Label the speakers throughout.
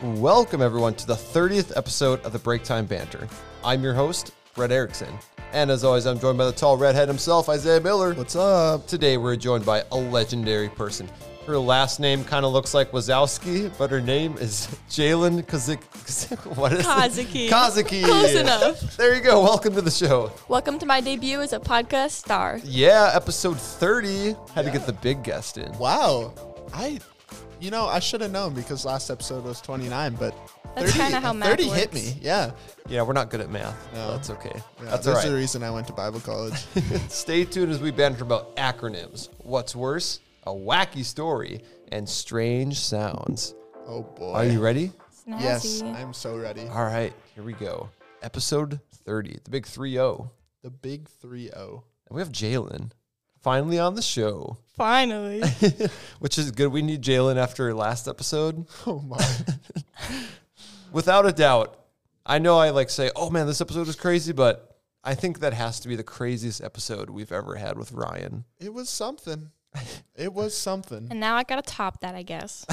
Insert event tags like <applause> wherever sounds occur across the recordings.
Speaker 1: and welcome everyone to the 30th episode of the Break Time Banter. I'm your host, Brett Erickson. And as always, I'm joined by the tall redhead himself, Isaiah Miller.
Speaker 2: What's up?
Speaker 1: Today, we're joined by a legendary person. Her last name kind of looks like Wazowski, but her name is <laughs> Jalen Kazik. Kazik- What is
Speaker 3: Kazuki.
Speaker 1: it? Kazuki.
Speaker 3: Close enough.
Speaker 1: There you go. Welcome to the show.
Speaker 3: Welcome to my debut as a podcast star.
Speaker 1: Yeah, episode 30. Had to get the big guest in.
Speaker 2: Wow. I, you know, I should have known because last episode was 29, but
Speaker 3: That's
Speaker 2: 30
Speaker 3: kinda how math
Speaker 2: 30 hit
Speaker 3: works.
Speaker 2: me. Yeah.
Speaker 1: Yeah, we're not good at math.
Speaker 2: No.
Speaker 1: That's okay.
Speaker 2: Yeah,
Speaker 1: That's all
Speaker 2: That's
Speaker 1: right.
Speaker 2: the reason I went to Bible
Speaker 1: <laughs>
Speaker 2: college.
Speaker 1: Stay tuned as we banter about acronyms, what's worse, a wacky story, and strange sounds.
Speaker 2: oh boy.
Speaker 1: Are you ready?
Speaker 2: Yes,
Speaker 3: Snazzy.
Speaker 2: I'm so ready.
Speaker 1: All right, here we go. Episode 30, the big 3 0.
Speaker 2: The big three
Speaker 1: <laughs>
Speaker 2: zero.
Speaker 1: We have Jalen finally on the show, <laughs>
Speaker 3: Finally.
Speaker 1: which is good. We need Jalen after last episode.
Speaker 2: Oh my.
Speaker 1: Without a doubt, I know I like say, oh man, this episode is crazy, but I think that has to be the craziest episode we've ever had with Ryan.
Speaker 2: <laughs>
Speaker 1: <laughs>
Speaker 2: it was something. It was something.
Speaker 3: and now I gotta top that, I guess.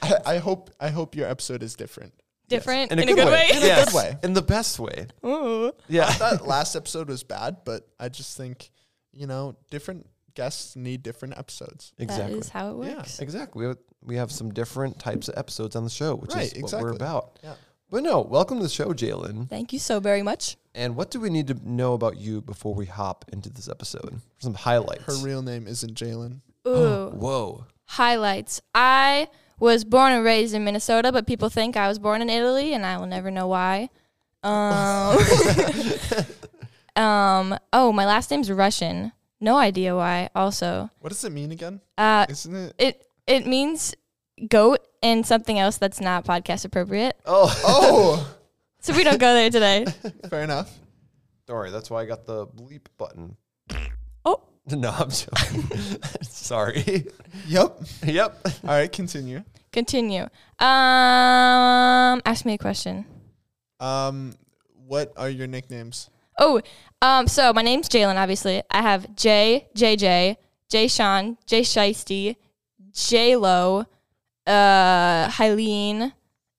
Speaker 2: I, I hope I hope your episode is different.
Speaker 3: Different
Speaker 1: In a good way.
Speaker 2: In a
Speaker 1: Yes.
Speaker 2: good way.
Speaker 1: In the best way.
Speaker 3: <laughs> Ooh.
Speaker 1: Yeah.
Speaker 2: <laughs> I
Speaker 1: <laughs>
Speaker 2: thought last episode was bad, but I just think, you know, different guests need different episodes.
Speaker 1: Exactly.
Speaker 3: That is how it
Speaker 2: Yeah.
Speaker 3: works.
Speaker 1: Exactly. We have, we have some different types of episodes on the show, which
Speaker 2: Right,
Speaker 1: is what we're
Speaker 2: exactly.
Speaker 1: about.
Speaker 2: Yeah.
Speaker 1: But no, welcome to the show, Jalen.
Speaker 3: Thank you so very much.
Speaker 1: And what do we need to know about you before we hop into this episode? Some highlights.
Speaker 2: Her real name isn't Jalen.
Speaker 1: Oh.
Speaker 3: Ooh.
Speaker 1: Whoa.
Speaker 3: Highlights. I was born and raised in Minnesota, but people think I was born in Italy, and I will never know why.
Speaker 1: <laughs>
Speaker 3: Um, <laughs> um oh, my last name's Russian. No idea why, also.
Speaker 2: What does it mean again?
Speaker 3: Uh,
Speaker 2: Isn't it
Speaker 3: it it means goat and something else that's not podcast appropriate.
Speaker 1: <laughs> Oh,
Speaker 2: Oh,
Speaker 3: So we don't go there today.
Speaker 2: <laughs> fair enough.
Speaker 1: don't worry. That's why I got the bleep button.
Speaker 3: Oh.
Speaker 1: <laughs> No, I'm joking. <laughs> Sorry. <laughs>
Speaker 2: Yep.
Speaker 1: yep.
Speaker 2: All right, continue.
Speaker 3: Continue. Um, ask me a question.
Speaker 2: Um, what are your nicknames?
Speaker 3: Oh, um, so my name's Jalen, obviously. I have J, JJ, J Sean, J Shiesty, J Lo, uh, Hyleen,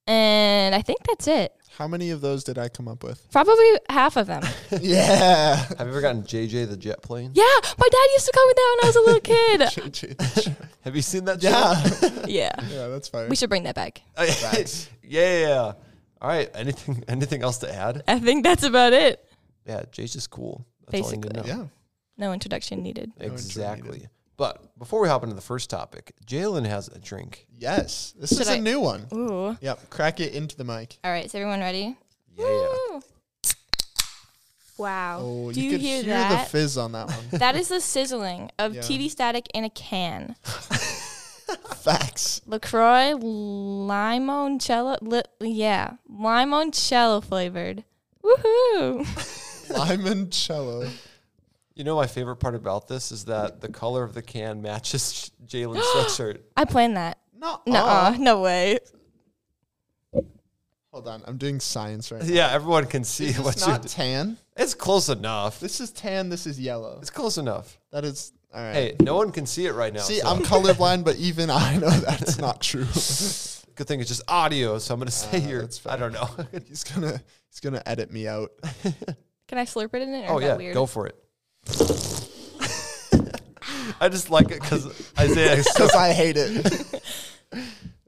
Speaker 3: and I think that's it.
Speaker 2: How many of those did I come up
Speaker 1: <laughs>
Speaker 2: with?
Speaker 3: Probably half of them.
Speaker 2: yeah. <laughs>
Speaker 1: Have you ever gotten JJ the jet plane?
Speaker 3: yeah, my dad used to call me that when I was a little
Speaker 2: <laughs>
Speaker 3: kid.
Speaker 1: Have you seen that? show?
Speaker 2: yeah. <laughs>
Speaker 1: <laughs>
Speaker 3: yeah.
Speaker 2: Yeah, that's fire.
Speaker 3: We should bring that back.
Speaker 2: Facts.
Speaker 1: yeah. All right. Anything? <laughs> Anything else to add?
Speaker 3: I think that's about it.
Speaker 1: Yeah, Jay's just cool. That's All you need
Speaker 3: Basically.
Speaker 1: to know.
Speaker 2: Yeah.
Speaker 3: No introduction needed.
Speaker 1: Exactly. But before we hop into the first topic, Jalen has a drink.
Speaker 2: Yes. This
Speaker 3: Should
Speaker 2: is a
Speaker 3: I-
Speaker 2: new one.
Speaker 3: Ooh.
Speaker 2: Yep. Crack it into the mic.
Speaker 3: All right, is everyone ready?
Speaker 1: Yeah.
Speaker 3: Woo. Wow.
Speaker 2: Oh,
Speaker 3: Do
Speaker 2: you,
Speaker 3: you,
Speaker 2: could
Speaker 3: hear,
Speaker 2: hear, the
Speaker 1: <laughs>
Speaker 3: that?
Speaker 2: fizz on that one.
Speaker 3: that is the sizzling of
Speaker 2: Yeah.
Speaker 3: TV static in a can.
Speaker 2: Facts.
Speaker 3: LaCroix limoncello, li- yeah, limoncello flavored. Woohoo!
Speaker 2: Limoncello.
Speaker 1: You know, my favorite part about this is that the color of the can matches <laughs>
Speaker 2: <gasps>
Speaker 1: Jalen's sweatshirt.
Speaker 3: I planned that.
Speaker 2: No.
Speaker 3: No, no way.
Speaker 2: Hold on. I'm doing science
Speaker 1: <laughs>
Speaker 2: right now.
Speaker 1: Yeah, everyone can see
Speaker 2: This
Speaker 1: what
Speaker 2: is
Speaker 1: you
Speaker 2: not tan.
Speaker 1: It's close enough.
Speaker 2: This is tan. This is yellow.
Speaker 1: It's close enough.
Speaker 2: That is. All right.
Speaker 1: Hey, no one can see it right now.
Speaker 2: See,
Speaker 1: so
Speaker 2: I'm colorblind, but even I know that's not
Speaker 1: <laughs>
Speaker 2: true.
Speaker 1: good thing it's just audio, so I'm gonna say
Speaker 2: Ah,
Speaker 1: your
Speaker 2: that's
Speaker 1: I don't know. <laughs>
Speaker 2: he's gonna he's gonna edit me out.
Speaker 3: Can I slurp it in it? Or
Speaker 1: oh
Speaker 3: is that
Speaker 1: yeah,
Speaker 3: weird?
Speaker 1: go for it. <laughs> I just like it because Isaiah is so
Speaker 2: Because I hate
Speaker 1: <laughs>
Speaker 2: it.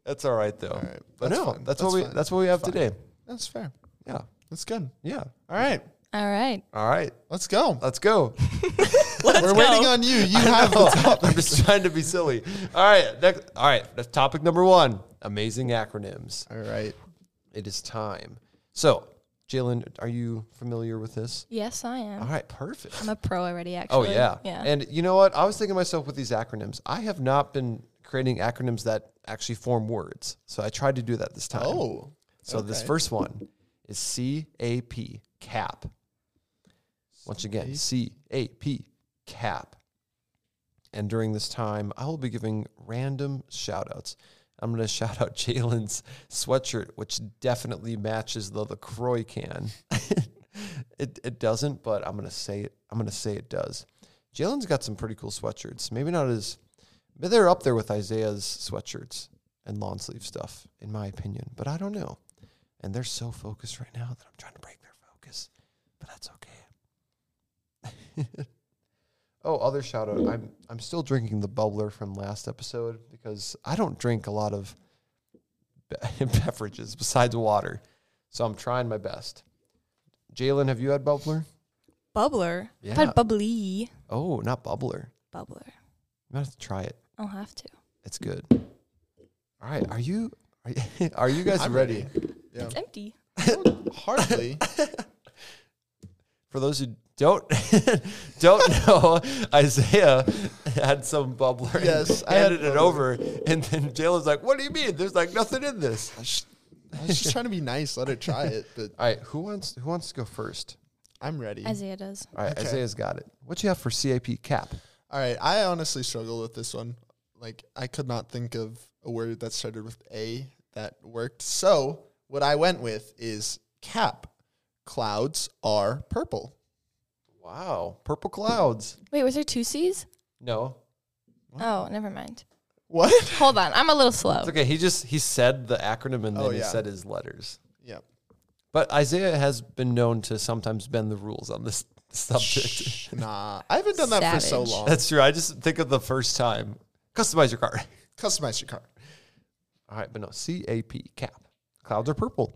Speaker 1: That's all right though.
Speaker 2: right.
Speaker 1: But
Speaker 2: That's
Speaker 1: no,
Speaker 2: fine.
Speaker 1: that's,
Speaker 2: That's
Speaker 1: what we
Speaker 2: fine.
Speaker 1: that's what we have today.
Speaker 2: That's fair.
Speaker 1: Yeah.
Speaker 2: That's good.
Speaker 1: Yeah.
Speaker 2: All right,
Speaker 3: All right.
Speaker 1: All right.
Speaker 2: let's go.
Speaker 1: Let's go. <laughs>
Speaker 2: We're waiting on you. You have the
Speaker 1: I'm just trying to be silly. All right. Next, all right. That's topic number one. Amazing acronyms.
Speaker 2: All right.
Speaker 1: It is time. So, Jalen, are you familiar with this?
Speaker 3: Yes, I
Speaker 1: All
Speaker 3: am.
Speaker 1: right. Perfect.
Speaker 3: I'm a pro already.
Speaker 1: Uh-huh. Oh
Speaker 3: Actually.
Speaker 1: yeah.
Speaker 3: Yeah.
Speaker 1: And you know what? I was thinking to myself with these acronyms. I have not been creating acronyms that actually form words. So I tried to do that this time.
Speaker 2: Oh,
Speaker 1: So this
Speaker 2: okay.
Speaker 1: first one is C A P cap. Once again, C A P cap. And during this time, I will be giving random shout outs. I'm going to <laughs> shout out Jalen's sweatshirt, which definitely matches the LaCroix can. <laughs> it, it doesn't, but I'm going to say it. I'm going to say it does. Jalen's got some pretty cool sweatshirts. Maybe not as, but they're up there with Isaiah's sweatshirts and lawn sleeve stuff, in my opinion. But I don't know. And they're so focused right now that I'm trying to break their focus, but that's okay. <laughs> oh, other shout out. I'm I'm still drinking the bubbler from last episode because I don't drink a lot of be- <laughs> beverages besides water, so I'm trying my best. Jalen, have you had bubbler?
Speaker 3: Bubbler.
Speaker 1: Yeah.
Speaker 3: I've had bubbly.
Speaker 1: Oh, not bubbler.
Speaker 3: Bubbler.
Speaker 1: You might have to try it.
Speaker 3: I'll have to.
Speaker 1: It's good. All right. Are you are you, <laughs> are you guys
Speaker 2: I'm
Speaker 1: ready?
Speaker 2: Yeah.
Speaker 3: It's empty.
Speaker 1: <laughs>
Speaker 2: Hardly.
Speaker 1: For those who don't <laughs> don't know, Isaiah had some bubbler. and
Speaker 2: Yes, I had
Speaker 1: handed it
Speaker 2: bubbler.
Speaker 1: over, and then Jalen's like, "What do you mean? There's like nothing in this."
Speaker 2: I, sh- I was just trying to be nice. Let her try it, but
Speaker 1: All right. Who wants who wants to go first?
Speaker 2: I'm ready.
Speaker 3: Isaiah does.
Speaker 1: All right.
Speaker 2: Okay.
Speaker 1: Isaiah's got it. What you have for CAP cap?
Speaker 2: All right. I honestly struggled with this one. Like, I could not think of a word that started with A that worked. So, what I went with is cap. Clouds are purple.
Speaker 1: Wow. Purple clouds.
Speaker 3: Wait, was there two C's?
Speaker 1: No.
Speaker 3: Oh, never mind.
Speaker 2: What?
Speaker 3: Hold on. I'm a little slow.
Speaker 1: It's okay. He just he said the acronym and then
Speaker 2: Oh,
Speaker 1: he
Speaker 2: yeah.
Speaker 1: said his letters.
Speaker 2: Yep.
Speaker 1: But Isaiah has been known to sometimes bend the rules on this <laughs> subject.
Speaker 2: <laughs> Nah. I haven't done that for so
Speaker 3: Savage.
Speaker 2: long.
Speaker 1: That's true. I just think of the first time. Customize your card.
Speaker 2: Customize your car.
Speaker 1: All right, but no, CAP, cap. Clouds are purple.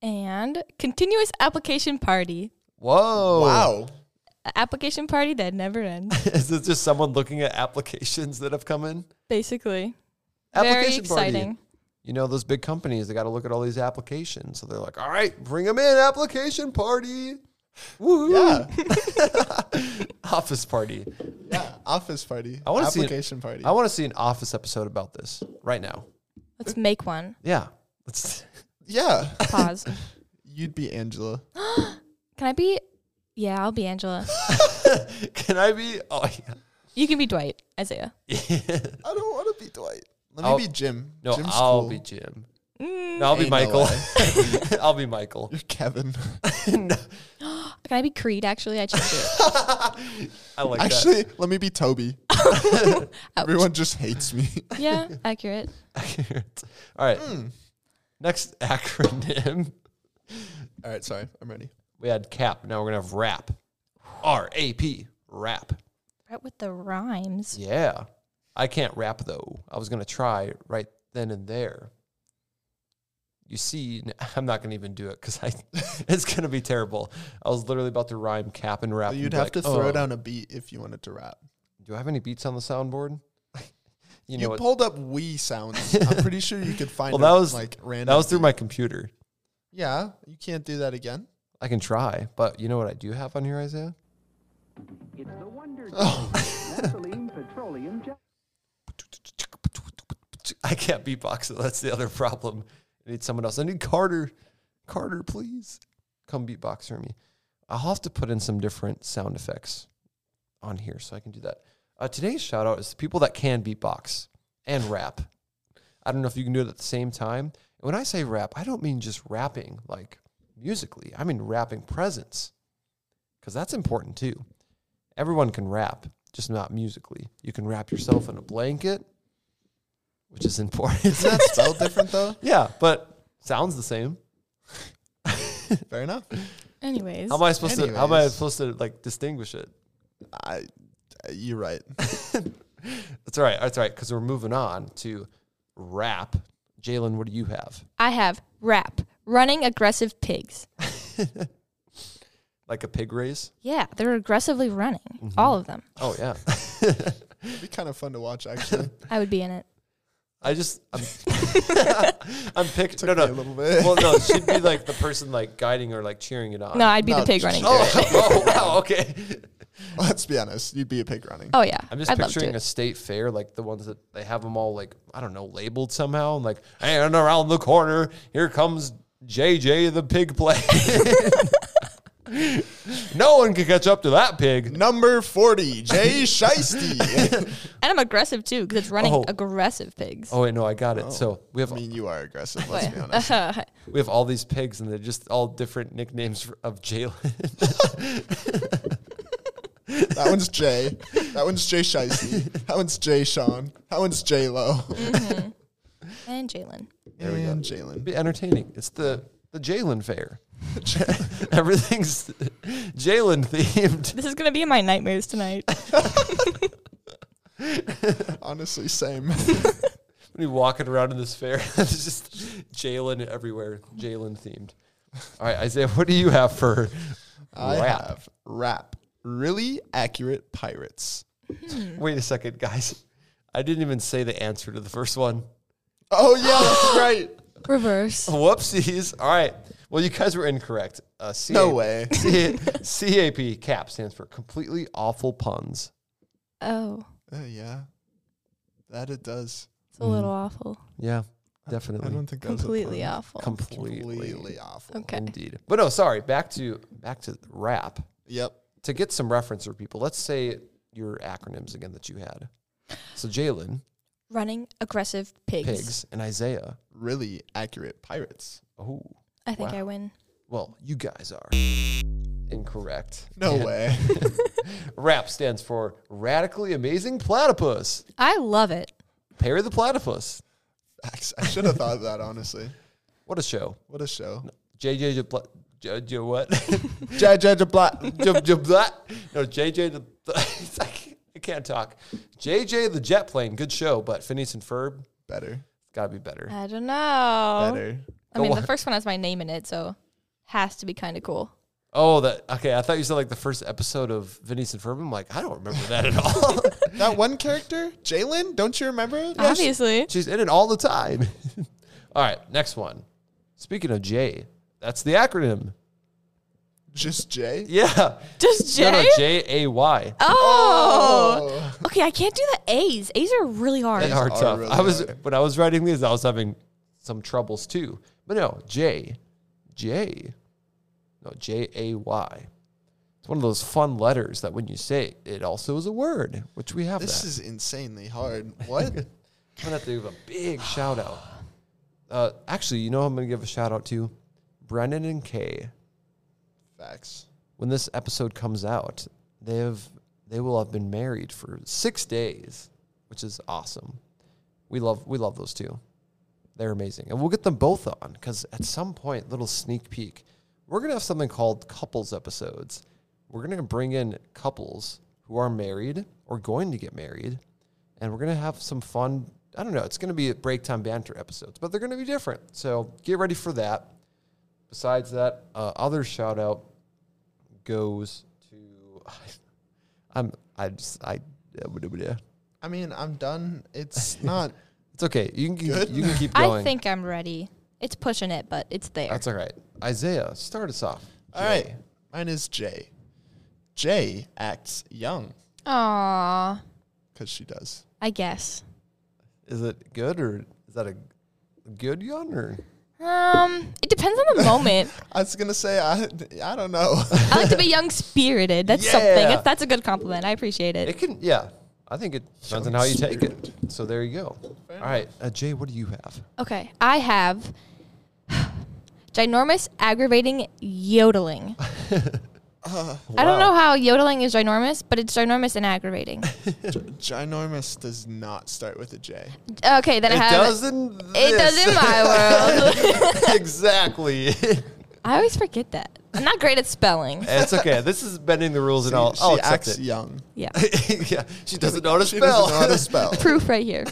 Speaker 3: And continuous application party.
Speaker 1: Whoa.
Speaker 2: Wow.
Speaker 3: A application party that never ends.
Speaker 1: <laughs>
Speaker 3: <laughs>
Speaker 1: Is this just someone looking at applications that have come in?
Speaker 3: Basically. Very
Speaker 1: Application party.
Speaker 3: exciting.
Speaker 1: You know, those big companies, they got to look at all these applications. So they're like, all right, bring them in, application party. Woo!
Speaker 2: Yeah.
Speaker 1: Office party.
Speaker 2: Yeah. Office party.
Speaker 1: I wanna see it.
Speaker 2: Application party.
Speaker 1: I want to see an office episode about this right now.
Speaker 3: Let's make one.
Speaker 1: Yeah. Let's, <laughs>
Speaker 2: yeah.
Speaker 3: Pause.
Speaker 2: You'd be Angela.
Speaker 3: Can I be? Yeah, I'll be Angela.
Speaker 1: can I be? Oh, yeah.
Speaker 3: You can be Dwight, Isaiah.
Speaker 2: I don't want to be Dwight. Let me
Speaker 1: I'll-
Speaker 2: be Jim.
Speaker 1: <laughs> No,
Speaker 2: Jim's
Speaker 1: I'll
Speaker 2: cool.
Speaker 1: be Jim. No, I'll be
Speaker 2: Ain't no
Speaker 1: Michael. <laughs> I'll be Michael.
Speaker 2: You're Kevin.
Speaker 1: No.
Speaker 3: Can I be Creed? Actually, I
Speaker 1: <laughs>
Speaker 3: changed it.
Speaker 1: I like
Speaker 2: Actually, let me be
Speaker 1: <laughs>
Speaker 2: Toby. <laughs> Everyone just hates me. <laughs>
Speaker 3: yeah, accurate.
Speaker 1: that. All right.
Speaker 2: Hmm.
Speaker 1: Next acronym.
Speaker 2: All right, sorry. I'm ready.
Speaker 1: We had CAP. Now we're going to have RAP. R A P. RAP.
Speaker 3: Right with the rhymes.
Speaker 1: Yeah. I can't rap though. I was going to try right then and there. You see, n- <laughs> I'm not going to even do it because I, <laughs> it's going to be terrible. I was literally about to rhyme cap and rap.
Speaker 2: Well,
Speaker 1: and
Speaker 2: you'd
Speaker 1: be
Speaker 2: have
Speaker 1: like,
Speaker 2: to throw
Speaker 1: "Oh,
Speaker 2: down a beat if you wanted to rap.
Speaker 1: Do I have any beats on the soundboard? <laughs> you
Speaker 2: You,
Speaker 1: know what?
Speaker 2: pulled up Wii
Speaker 1: <laughs>
Speaker 2: sounds. I'm pretty sure you could find
Speaker 1: Well, that
Speaker 2: a,
Speaker 1: was-
Speaker 2: like random.
Speaker 1: That was through
Speaker 2: beat.
Speaker 1: my computer.
Speaker 2: Yeah, you can't do that again.
Speaker 1: I can try, but you know what I do have on here, Isaiah?
Speaker 4: It's the Wonder Jet. Vaseline Petroleum Jelly.
Speaker 1: <laughs> I can't beatbox, so that's the other problem. I need someone else. I need Carter. Carter, please come beatbox for me. I'll have to put in some different sound effects on here so I can do that. Uh, today's shout out is to people that can beatbox and rap. I don't know if you can do it at the same time. And when I say rap, I don't mean just rapping like musically, I mean rapping presence because that's important too. Everyone can rap, just not musically. You can wrap yourself in a blanket, which is important. <laughs>
Speaker 2: Isn't that spelled different though?
Speaker 1: yeah, but sounds the same.
Speaker 2: Fair enough.
Speaker 3: Anyways,
Speaker 1: How am I supposed to? How am I
Speaker 2: Anyways.
Speaker 1: supposed to like distinguish it?
Speaker 2: I, uh, you're right.
Speaker 3: <laughs>
Speaker 1: That's all right. That's all right. Because we're moving on to rap. Jalen, what do you have?
Speaker 3: I have rap, running aggressive pigs.
Speaker 1: Like a pig race?
Speaker 3: Yeah, they're aggressively running, all of them.
Speaker 1: Oh yeah.
Speaker 2: It'd be kind of fun to watch actually.
Speaker 3: I would be in it.
Speaker 1: I just I'm, <laughs> I'm picking. No,
Speaker 2: Took me
Speaker 1: no.
Speaker 2: a little bit.
Speaker 1: Well, no. She'd be like the person like guiding or like cheering it on.
Speaker 3: No, I'd <laughs> be the
Speaker 2: No,
Speaker 3: pig
Speaker 2: just-
Speaker 3: running.
Speaker 1: Uh, Oh, <laughs> oh wow. Okay.
Speaker 2: <laughs> Let's be honest. You'd be a pig running.
Speaker 3: Oh yeah,
Speaker 1: I'm just
Speaker 3: I'd love to.
Speaker 1: picturing a state fair, like the ones that they have them all like I don't know labeled somehow, and like and around the corner, here comes JJ the pig play. <laughs> no one can catch up to that pig.
Speaker 2: Number forty,
Speaker 3: <laughs>
Speaker 2: Jay Shiesty.
Speaker 3: and I'm aggressive too because it's running
Speaker 1: Oh.
Speaker 3: aggressive pigs.
Speaker 1: Oh wait, no, I got it. So we have
Speaker 2: I mean, you are aggressive. Let's
Speaker 3: <laughs> Wait.
Speaker 2: be honest.
Speaker 1: we have all these pigs, and they're just all different nicknames for- of Jalen.
Speaker 2: That one's Jay. That one's Jay Shiesty. That one's Jay Sean. That one's J Lo.
Speaker 3: and Jalen.
Speaker 1: There we go.
Speaker 2: And Jalen. <laughs>
Speaker 1: It'd be entertaining. It's the the Jalen fair. <laughs> Everything's Jalen themed.
Speaker 3: This is gonna be in my
Speaker 1: <laughs>
Speaker 3: nightmares tonight.
Speaker 2: Honestly,
Speaker 3: <laughs>
Speaker 2: same.
Speaker 1: When you walking around in this fair, <laughs> it's just Jalen everywhere. Jalen themed. All right, Isaiah, what do you have for <laughs>
Speaker 2: I
Speaker 1: rap?
Speaker 2: have rap. Really accurate pirates.
Speaker 1: Wait a second, guys. I didn't even say the answer to the first one.
Speaker 2: Oh
Speaker 3: <laughs>
Speaker 2: yeah, that's right.
Speaker 3: Reverse.
Speaker 1: Oh. Whoopsies. All right. Well, you guys were incorrect. Uh, CAP,
Speaker 2: No way.
Speaker 1: CAP, CAP stands for completely awful puns.
Speaker 3: Oh,
Speaker 2: Uh, yeah, that it does.
Speaker 3: it's a little
Speaker 1: Mm.
Speaker 3: awful.
Speaker 1: Yeah, definitely.
Speaker 2: I don't think that was a
Speaker 3: Completely
Speaker 2: pun.
Speaker 3: awful.
Speaker 1: completely.
Speaker 2: Completely awful.
Speaker 3: Okay.
Speaker 1: Indeed. But no, sorry. Back to back to rap.
Speaker 2: Yep.
Speaker 1: To get some reference for people, let's say your acronyms again that you had. So Jalen,
Speaker 3: Running aggressive pigs.
Speaker 1: Pigs, and Isaiah.
Speaker 2: Really accurate pirates.
Speaker 1: Oh,
Speaker 3: I think
Speaker 1: Wow.
Speaker 3: I win.
Speaker 1: well, you guys are incorrect.
Speaker 2: No
Speaker 1: And <laughs>
Speaker 2: way.
Speaker 1: RAP stands for Radically Amazing Platypus.
Speaker 3: I love it.
Speaker 1: Perry the Platypus.
Speaker 2: Facts. I should have thought of that honestly.
Speaker 1: What a show.
Speaker 2: What a show.
Speaker 1: JJ the Pla- J- J- what? <laughs>
Speaker 2: Ja, ja, ja, blah.
Speaker 1: J- J- blah. No, JJ the. <laughs> it's like, I can't talk. JJ the jet plane. Good show, but Phineas and Ferb
Speaker 2: Better.
Speaker 1: gotta be better.
Speaker 3: I don't know.
Speaker 1: Oh.
Speaker 2: Better.
Speaker 3: I
Speaker 1: Go
Speaker 3: mean,
Speaker 1: on.
Speaker 3: the first one has my name in it, so has to be kind of cool.
Speaker 1: Oh, that okay. I thought you said like the first episode of Phineas and Ferb. I'm like, I don't remember that at all. <laughs>
Speaker 2: That one character, Jalen. Don't you remember?
Speaker 1: Yeah, she-
Speaker 3: Obviously.
Speaker 1: She's in it all the time. <laughs> all right, next one. Speaking of J, that's the acronym.
Speaker 2: Just Jay.
Speaker 1: Yeah,
Speaker 3: Just J.
Speaker 1: no, no, J A Y.
Speaker 3: Oh.
Speaker 2: Oh.
Speaker 3: Okay, I can't do the A's. A's are really hard.
Speaker 1: They are
Speaker 2: are
Speaker 1: tough.
Speaker 2: really
Speaker 1: I was
Speaker 2: hard.
Speaker 1: when I was writing these, I was having some troubles too. But no, J, J, no J A Y. It's one of those fun letters that when you say it, it also is a word, which we have.
Speaker 2: This
Speaker 1: that.
Speaker 2: is insanely hard.
Speaker 1: <laughs>
Speaker 2: What?
Speaker 1: I'm gonna have to give a big shout out. Uh, actually, you know who I'm gonna give a shout out to Brennan and Kay.
Speaker 2: Facts.
Speaker 1: When this episode comes out, they have they will have been married for six days, which is awesome. We love we love those two. They're amazing, and we'll get them both on because at some point, little sneak peek, we're gonna have something called couples episodes. We're gonna bring in couples who are married or going to get married, and we're gonna have some fun. I don't know. It's gonna be break time banter episodes, but they're gonna be different. So get ready for that. Besides that, uh, other shout out goes to <laughs> I'm I just I
Speaker 2: I mean, I'm done.
Speaker 1: <laughs>
Speaker 2: It's not.
Speaker 1: it's okay. You can keep,
Speaker 2: Good.
Speaker 1: you can keep going.
Speaker 3: I think I'm ready. It's pushing it, but it's there.
Speaker 1: that's all right. Isaiah, start us off.
Speaker 2: All right. Mine is Jay. Jay acts young
Speaker 3: Aw,
Speaker 2: because she does.
Speaker 3: I guess.
Speaker 1: Is it good or is that a good yawn or
Speaker 3: Um, it depends on the moment.
Speaker 2: I was gonna say I. I don't know. <laughs>
Speaker 3: I like to
Speaker 1: <laughs>
Speaker 3: be young spirited. That's something.
Speaker 1: Yeah.
Speaker 3: That's, that's a good compliment. I appreciate it.
Speaker 1: it can yeah. I think it depends on how you take it. So there you go. All right, uh, Jay, what do you have?
Speaker 3: Okay, I have ginormous aggravating
Speaker 1: <laughs>
Speaker 3: yodeling. I don't know how yodeling is ginormous, but it's ginormous and aggravating.
Speaker 2: Ginormous does not start with a J.
Speaker 3: Okay, then I
Speaker 1: It
Speaker 3: have
Speaker 1: does in
Speaker 3: it does
Speaker 1: this.
Speaker 3: in my world.
Speaker 2: <laughs>
Speaker 1: <laughs> exactly.
Speaker 3: I always forget that. I'm not great
Speaker 1: <laughs>
Speaker 3: at spelling.
Speaker 1: it's okay. This is bending the rules and all.
Speaker 2: she
Speaker 1: I'll accept
Speaker 2: acts
Speaker 1: it. <laughs>
Speaker 2: young.
Speaker 3: Yeah.
Speaker 1: yeah, she doesn't know how to
Speaker 2: She
Speaker 1: spell. <laughs>
Speaker 2: doesn't know how to spell.
Speaker 3: Proof right here.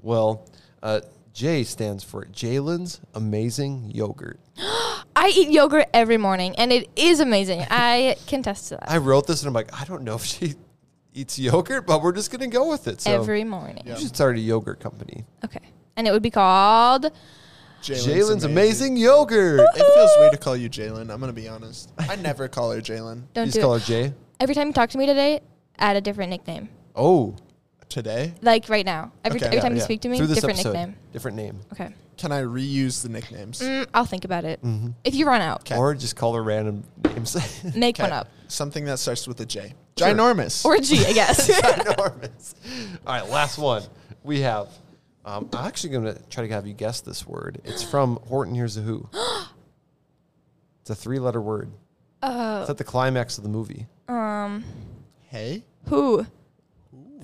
Speaker 1: Well, uh, J stands for Jalen's Amazing Yogurt.
Speaker 3: I eat yogurt every morning and it is amazing. I can test to that.
Speaker 1: I wrote this and I'm like, I don't know if she <laughs> eats yogurt, but we're just gonna go with it. So
Speaker 3: every morning.
Speaker 1: you should start a yogurt company.
Speaker 3: Okay. And it would be called
Speaker 1: Jalen's amazing. Yogurt.
Speaker 2: It feels weird to call you Jalen. I'm gonna be honest.
Speaker 1: <laughs>
Speaker 2: I never call her Jalen.
Speaker 1: you
Speaker 3: Don't
Speaker 1: just
Speaker 3: do
Speaker 1: call
Speaker 3: it.
Speaker 1: her J.
Speaker 3: Every time you talk to me today, add a different nickname.
Speaker 1: Oh,
Speaker 2: Today,
Speaker 3: Like right now. Every,
Speaker 2: Okay.
Speaker 3: every
Speaker 2: Yeah,
Speaker 3: time you
Speaker 1: yeah.
Speaker 3: speak to me,
Speaker 1: Through this
Speaker 3: different
Speaker 1: episode,
Speaker 3: nickname.
Speaker 1: different name,
Speaker 3: Okay.
Speaker 2: can I reuse the nicknames?
Speaker 3: Mm, I'll think about it.
Speaker 1: Mm-hmm.
Speaker 3: If you run out,
Speaker 2: 'Kay.
Speaker 1: or just call her random names. <laughs>
Speaker 3: make one
Speaker 2: 'Kay.
Speaker 3: up.
Speaker 2: Something that starts with a J. Ginormous.
Speaker 3: Or a G, I
Speaker 1: <laughs>
Speaker 3: guess. <laughs>
Speaker 1: Enormous. All right, last one. We have. Um, I'm actually gonna try to have you guess this word. It's from Horton Hears a
Speaker 3: <gasps>
Speaker 1: Who. It's a three-letter word.
Speaker 3: Oh.
Speaker 1: It's at the climax of the movie.
Speaker 3: um,
Speaker 2: hey.
Speaker 3: who?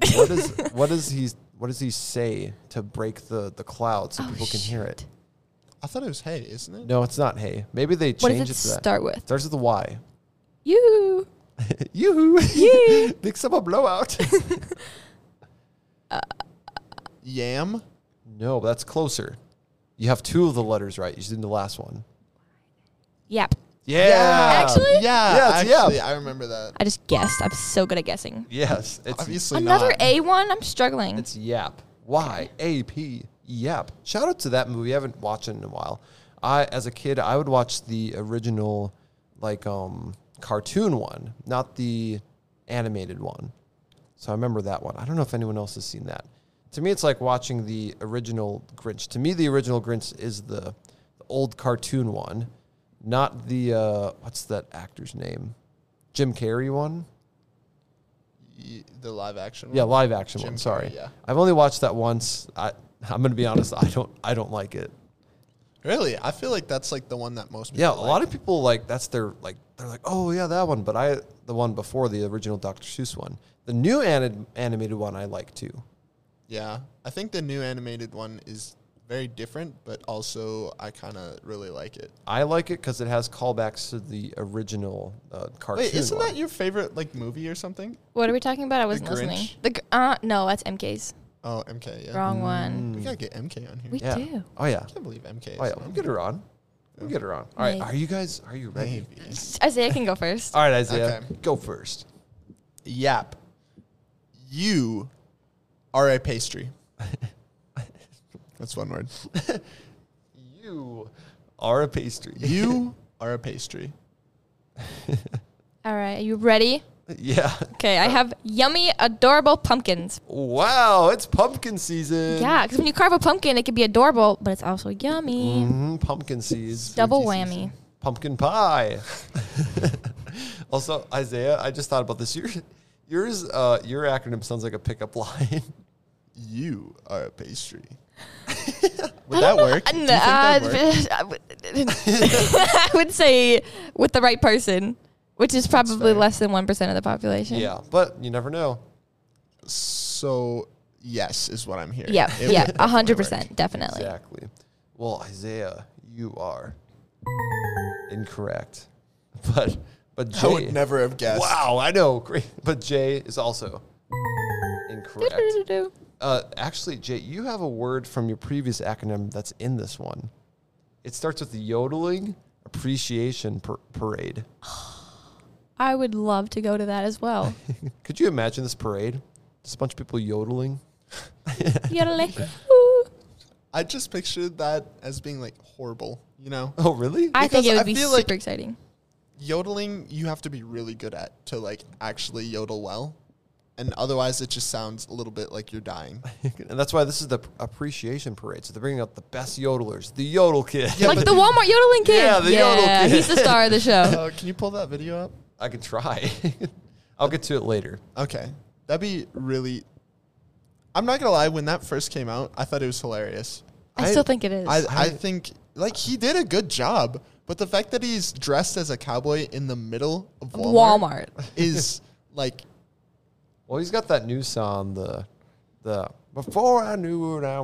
Speaker 1: <laughs> What is what is he What does he say to break the, the cloud so
Speaker 3: Oh,
Speaker 1: people can hear it?
Speaker 3: shoot.
Speaker 2: I thought it was hay, isn't it?
Speaker 1: No, it's not hey. Maybe they
Speaker 3: What
Speaker 1: change
Speaker 3: does it
Speaker 1: it to that.
Speaker 3: start with?
Speaker 1: Starts with the Y. <laughs>
Speaker 3: You.
Speaker 1: Yoo-hoo.
Speaker 3: Yeah.
Speaker 1: <laughs> Mix up a blowout. <laughs>
Speaker 2: Yam.
Speaker 1: no, but that's closer. You have two of the letters right. You just did the last one.
Speaker 3: Yep.
Speaker 1: Yeah.
Speaker 3: Actually?
Speaker 2: Yeah.
Speaker 1: Yeah, it's
Speaker 2: actually,
Speaker 1: yam.
Speaker 2: I remember that.
Speaker 3: I just guessed. I'm so good at guessing.
Speaker 1: Yes. It's
Speaker 2: Obviously
Speaker 3: Another
Speaker 2: not.
Speaker 3: A one. I'm struggling.
Speaker 1: It's Yap. Y A P Yap. Shout out to that movie. I haven't watched it in a while. I as a kid, I would watch the original like um cartoon one, not the animated one. So I remember that one. I don't know if anyone else has seen that. To me, it's like watching the original Grinch. To me, the original Grinch is the, the old cartoon one, not the uh, what's that actor's name? Jim Carrey one.
Speaker 2: Y- the live action.
Speaker 1: Yeah,
Speaker 2: one.
Speaker 1: live action
Speaker 2: Jim
Speaker 1: one. Sorry,
Speaker 2: Carrey, yeah.
Speaker 1: I've only watched that once. I I'm gonna be honest. I don't I don't like it.
Speaker 2: Really, I feel like that's like the one that most.
Speaker 1: Yeah, a
Speaker 2: people like.
Speaker 1: lot of people like that's their like they're like oh yeah that one, but I the one before the original Dr. Seuss one, the new anim- animated one I like too.
Speaker 2: Yeah, I think the new animated one is very different, but also I kind of really like it.
Speaker 1: I like it because it has callbacks to the original uh, cartoon.
Speaker 2: Wait, isn't
Speaker 1: one.
Speaker 2: that your favorite like movie or something?
Speaker 3: what are we talking about? I wasn't
Speaker 2: Grinch?
Speaker 3: listening. The gr- uh, no, that's MK's.
Speaker 2: Oh, MK. Yeah,
Speaker 3: Wrong one.
Speaker 1: Mm.
Speaker 2: we gotta get MK on here.
Speaker 3: We
Speaker 2: I
Speaker 1: Yeah.
Speaker 3: do.
Speaker 1: Oh yeah.
Speaker 2: can't believe MK.
Speaker 1: Oh
Speaker 2: is
Speaker 1: yeah. We'll
Speaker 2: on
Speaker 1: get
Speaker 2: here.
Speaker 1: her on. We'll get her on. All right.
Speaker 3: Maybe.
Speaker 1: Are you guys are you ready?
Speaker 2: Maybe.
Speaker 3: Isaiah can go first.
Speaker 1: All right, Isaiah,
Speaker 2: Okay.
Speaker 1: go first.
Speaker 2: Yap. You are a pastry. That's one word.
Speaker 1: You are a pastry.
Speaker 2: You are a pastry.
Speaker 3: All right. Are you ready?
Speaker 1: <laughs> yeah.
Speaker 3: Okay. I have yummy, adorable pumpkins.
Speaker 1: Wow, it's pumpkin season.
Speaker 3: Yeah, because when you carve a pumpkin, it can be adorable, but it's also yummy.
Speaker 2: Mm.
Speaker 1: Mhm, pumpkin seeds.
Speaker 3: Double
Speaker 2: Spooky
Speaker 3: whammy.
Speaker 2: season.
Speaker 1: Pumpkin pie. <laughs> also, Isaiah, I just thought about this. Your yours uh your acronym sounds like a pickup <laughs> line.
Speaker 2: You are a pastry.
Speaker 3: I
Speaker 2: Would
Speaker 3: <laughs>
Speaker 2: that
Speaker 3: don't know-
Speaker 2: work? Do you
Speaker 3: n-
Speaker 2: think that'd work?
Speaker 3: uh, <laughs> I would- I would <laughs> say with the right person, which is probably
Speaker 2: fair.
Speaker 3: less than 1% of the population.
Speaker 1: yeah, but you never know.
Speaker 2: So yes, is what I'm hearing.
Speaker 3: Yep.
Speaker 2: It
Speaker 3: yep.
Speaker 2: would
Speaker 3: a hundred
Speaker 2: definitely work.
Speaker 3: percent. Definitely.
Speaker 1: Exactly. Well, Isaiah, you are incorrect. <laughs> But but
Speaker 2: I
Speaker 1: Jay
Speaker 2: would never have guessed.
Speaker 1: Wow, I know. Great. But Jay is also incorrect.
Speaker 3: Do-do-do-do.
Speaker 1: Uh, actually, Jay, you have a word from your previous acronym that's in this one. It starts with the yodeling appreciation par- parade.
Speaker 3: I would love to go to that
Speaker 2: <laughs>
Speaker 3: as well.
Speaker 1: Could you imagine this parade? Just a bunch of people yodeling.
Speaker 3: <laughs>
Speaker 1: <laughs>
Speaker 3: Yodeling. Ooh.
Speaker 2: I just pictured that as being like horrible, you know? <laughs>
Speaker 1: Oh, really?
Speaker 3: I
Speaker 2: Because
Speaker 3: think it would
Speaker 2: I
Speaker 3: be
Speaker 2: feel
Speaker 3: super
Speaker 2: like-
Speaker 3: exciting.
Speaker 2: Yodeling, you have to be really good at to like actually yodel well. And otherwise, it just sounds a little bit like you're <laughs> dying.
Speaker 1: and that's why this is the p- appreciation parade. So they're bringing out the best yodelers, the yodel kid.
Speaker 2: Yeah,
Speaker 3: like
Speaker 2: but-
Speaker 3: the Walmart yodeling kid.
Speaker 1: Yeah, the yodel kid.
Speaker 3: He's the star of the
Speaker 2: <laughs>
Speaker 3: show.
Speaker 2: Uh, can you pull that video up?
Speaker 1: <laughs> I could try. <laughs> I'll get to it later.
Speaker 2: Okay. That'd be really. I'm not going to lie, when that first came out, I thought it was hilarious.
Speaker 3: I,
Speaker 1: I-
Speaker 3: still think it is.
Speaker 2: I, I think, like, he did a good job, but the fact that he's dressed as a cowboy in the middle of Walmart,
Speaker 3: Walmart.
Speaker 2: is <laughs> like,
Speaker 1: Well, he's got that new song, the the before I knew it, I